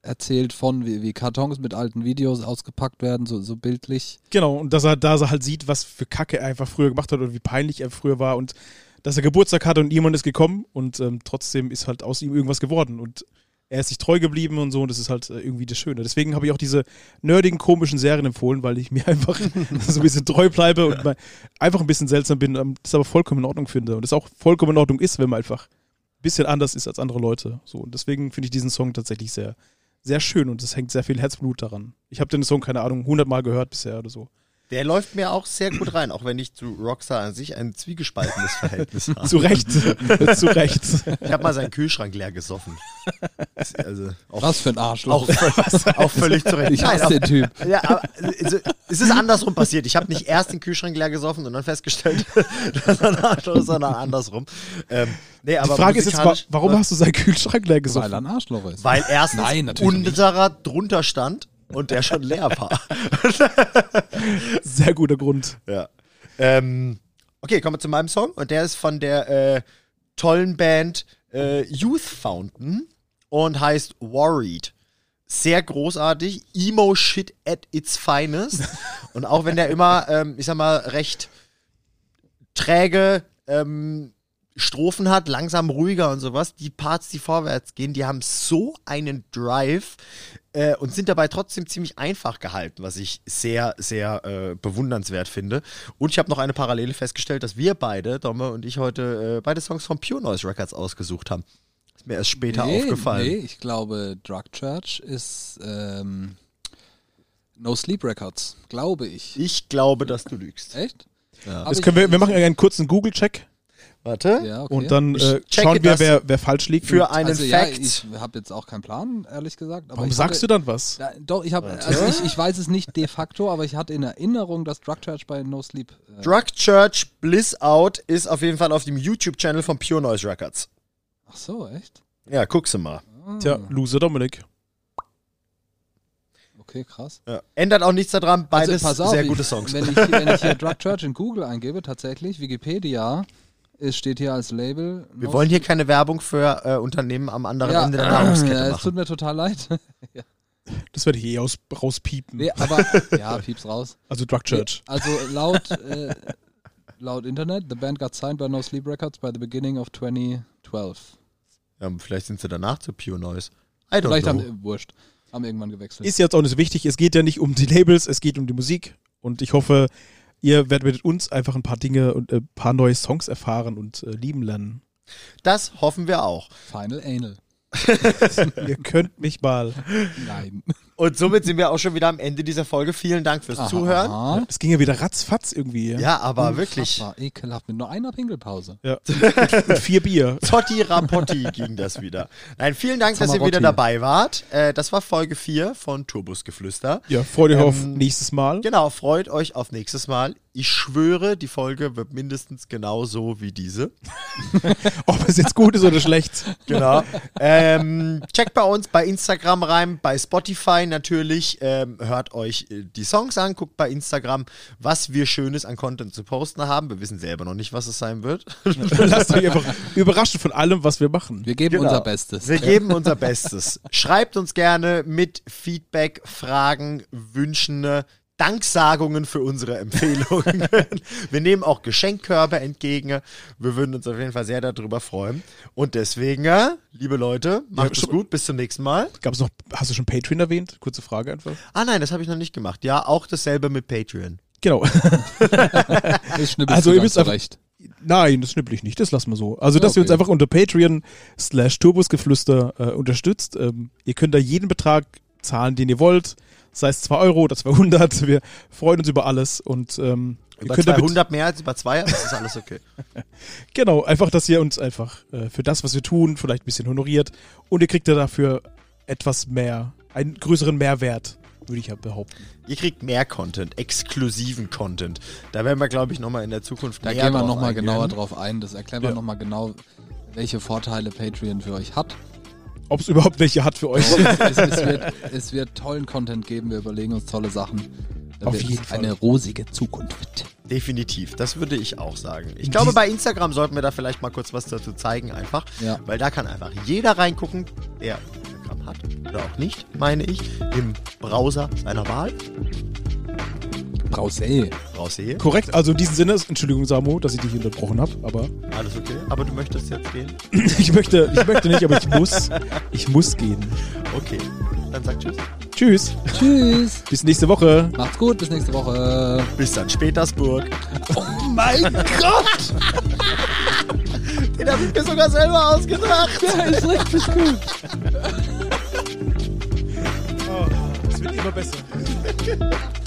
erzählt von, wie, wie Kartons mit alten Videos ausgepackt werden, so, so bildlich. Genau, und dass er da so halt sieht, was für Kacke er einfach früher gemacht hat und wie peinlich er früher war und dass er Geburtstag hatte und niemand ist gekommen und ähm, trotzdem ist halt aus ihm irgendwas geworden. Und er ist sich treu geblieben und so und das ist halt äh, irgendwie das Schöne. Deswegen habe ich auch diese nerdigen, komischen Serien empfohlen, weil ich mir einfach so ein bisschen treu bleibe und mal einfach ein bisschen seltsam bin, ähm, das aber vollkommen in Ordnung finde und das auch vollkommen in Ordnung ist, wenn man einfach ein bisschen anders ist als andere Leute. So und deswegen finde ich diesen Song tatsächlich sehr, sehr schön und es hängt sehr viel Herzblut daran. Ich habe den Song, keine Ahnung, 100 Mal gehört bisher oder so. Der läuft mir auch sehr gut rein, auch wenn ich zu Rockstar an sich ein zwiegespaltenes Verhältnis habe. Zu Recht, zu Recht. Ich habe mal seinen Kühlschrank leer gesoffen. Das- Also, auch, Was für ein Arschloch. Auch, auch völlig zu Recht. ich Nein, hasse aber- den Typ. Ja, aber also, es ist andersrum passiert. Ich habe nicht erst den Kühlschrank leer gesoffen und dann festgestellt, dass er ein Arschloch ist, sondern andersrum. Ähm, nee, Die aber Frage ist jetzt, wa musikalisch- ne? warum hast du seinen Kühlschrank leer Weil er gesoffen? ein Arschloch ist. Weil erstens Nein, natürlich unterer drunter stand und der schon leer war. Sehr guter Grund. Ja. Ähm, okay, kommen wir zu meinem Song. Und der ist von der äh, tollen Band äh, Youth Fountain und heißt Worried. Sehr großartig. Emo Shit at its finest. Und auch wenn der immer, ähm, ich sag mal, recht träge ähm, Strophen hat, langsam ruhiger und sowas, die Parts, die vorwärts gehen, die haben so einen Drive äh, und sind dabei trotzdem ziemlich einfach gehalten, was ich sehr, sehr äh, bewundernswert finde. Und ich habe noch eine Parallele festgestellt, dass wir beide, Domme und ich, heute äh, beide Songs von Pure Noise Records ausgesucht haben. Ist mir erst später aufgefallen. Nee, ich glaube, Drug Church ist ähm, No Sleep Records, glaube ich. Ich glaube, dass du lügst. Echt? Ja. Jetzt können wir, wir machen einen kurzen Google-Check Warte. ja, okay. und dann Ich äh, checke schauen wir, das wer, wer falsch liegt. Für und einen also, ja, Fact. ich habe jetzt auch keinen Plan, ehrlich gesagt. Aber warum ich sagst du hatte, dann was? da? Doch, ich, hab, also ich, ich weiß es nicht de facto, aber ich hatte in Erinnerung, dass Drug Church bei No Sleep. Äh, Drug Church Bliss Out ist auf jeden Fall auf dem YouTube-Channel von Pure Noise Records. ach so, echt? Ja, guck's mal. Tja, Loser Dominik. Okay, krass. Ja. Ändert auch nichts daran, beides Also, pass auf, sehr ich- gute Songs. Wenn ich, wenn ich hier Drug Church in Google eingebe, tatsächlich, Wikipedia es steht hier als Label. Wir No wollen hier keine Werbung für äh, Unternehmen am anderen ja, Ende der Nahrungskette ja, es machen. tut mir total leid. Das werde ich eh aus, rauspiepen. Nee, aber ja, pieps raus. Also Drug Church. Also laut, äh, laut Internet, the band got signed by No Sleep Records by the beginning of 2012. Ja, vielleicht sind sie danach zu Pure Noise. I don't Vielleicht haben know. äh, wurscht, haben irgendwann gewechselt. Ist jetzt auch nicht wichtig. Es geht ja nicht um die Labels, es geht um die Musik. Und ich hoffe, ihr werdet mit uns einfach ein paar Dinge und äh, ein paar neue Songs erfahren und äh, lieben lernen. Das hoffen wir auch. Final Anal. ihr könnt mich mal. Nein. Und somit sind wir auch schon wieder am Ende dieser Folge. Vielen Dank fürs Zuhören. Aha. Hm, Es ging ja wieder ratzfatz irgendwie. Ja, aber wirklich. Unfassbar ekelhaft mit nur einer Pinkelpause. ja. Und vier Bier. Totti Rapotti ging das wieder. Nein, vielen Dank, dass ihr Zamarotti. wieder dabei wart. Äh, das war Folge 4 von Turbusgeflüster. Ja, freut euch Ähm, auf nächstes Mal. Genau, freut euch auf nächstes Mal. Ich schwöre, die Folge wird mindestens genauso wie diese. Ob es jetzt gut ist oder schlecht. Genau. ähm, checkt bei uns bei Instagram rein, bei Spotify natürlich. Ähm, hört euch äh, die Songs an, guckt bei Instagram, was wir Schönes an Content zu posten haben. Wir wissen selber noch nicht, was es sein wird. Lasst euch einfach überraschen von allem, was wir machen. Wir geben Genau. unser Bestes. Wir geben unser Bestes. Schreibt uns gerne mit Feedback, Fragen, Wünschen, äh, Danksagungen für unsere Empfehlungen. Wir nehmen auch Geschenkkörbe entgegen. Wir würden uns auf jeden Fall sehr darüber freuen. Und deswegen, äh, liebe Leute, macht es schon- gut. Bis zum nächsten Mal. Gab es noch, hast du schon Patreon erwähnt? Kurze Frage einfach. Ah nein, das habe ich noch nicht gemacht. Ja, auch dasselbe mit Patreon. Genau. Ich schnippel Also zu ihr ganz müsst einfach- zurecht. Nein, das schnippel ich nicht. Das lassen wir so. Also, dass Okay. ihr uns einfach unter Patreon slash Turbusgeflüster äh, unterstützt. Ähm, ihr könnt da jeden Betrag zahlen, den ihr wollt. Sei es 2 Euro, das war 100. Wir freuen uns über alles. Und ähm, ihr Über könnt damit, 200 mehr als über zwei, aber das ist alles okay. genau, einfach, dass ihr uns einfach äh, für das, was wir tun, vielleicht ein bisschen honoriert. Und ihr kriegt ja dafür etwas mehr, einen größeren Mehrwert, würde ich ja behaupten. Ihr kriegt mehr Content, exklusiven Content. Da werden wir, glaube ich, nochmal in der Zukunft Da näher gehen wir drauf nochmal eingehen. genauer drauf ein. Das erklären wir Ja. nochmal genau, welche Vorteile Patreon für euch hat. Ob es überhaupt welche hat für euch. es, es, wird, es wird tollen Content geben. Wir überlegen uns tolle Sachen. Da Auf wird es jeden Fall. Eine rosige Zukunft. Wird. Definitiv, das würde ich auch sagen. Ich glaube, Dies- bei Instagram sollten wir da vielleicht mal kurz was dazu zeigen, einfach. Ja. Weil da kann einfach jeder reingucken, der Instagram hat oder auch nicht, meine ich, im Browser seiner Wahl. Brause. Raussehe. Korrekt, also in diesem Sinne, Entschuldigung Samu, dass ich dich unterbrochen habe, aber Alles okay. Aber du möchtest jetzt gehen? ich möchte, ich möchte nicht, aber ich muss, ich muss gehen. Okay. Dann sag Tschüss. Tschüss, Tschüss. bis nächste Woche. Macht's gut, bis nächste Woche. Bis dann, Petersburg. Oh mein Gott! Den habe ich mir sogar selber ausgedacht. Der ist richtig gut. Es wird immer besser.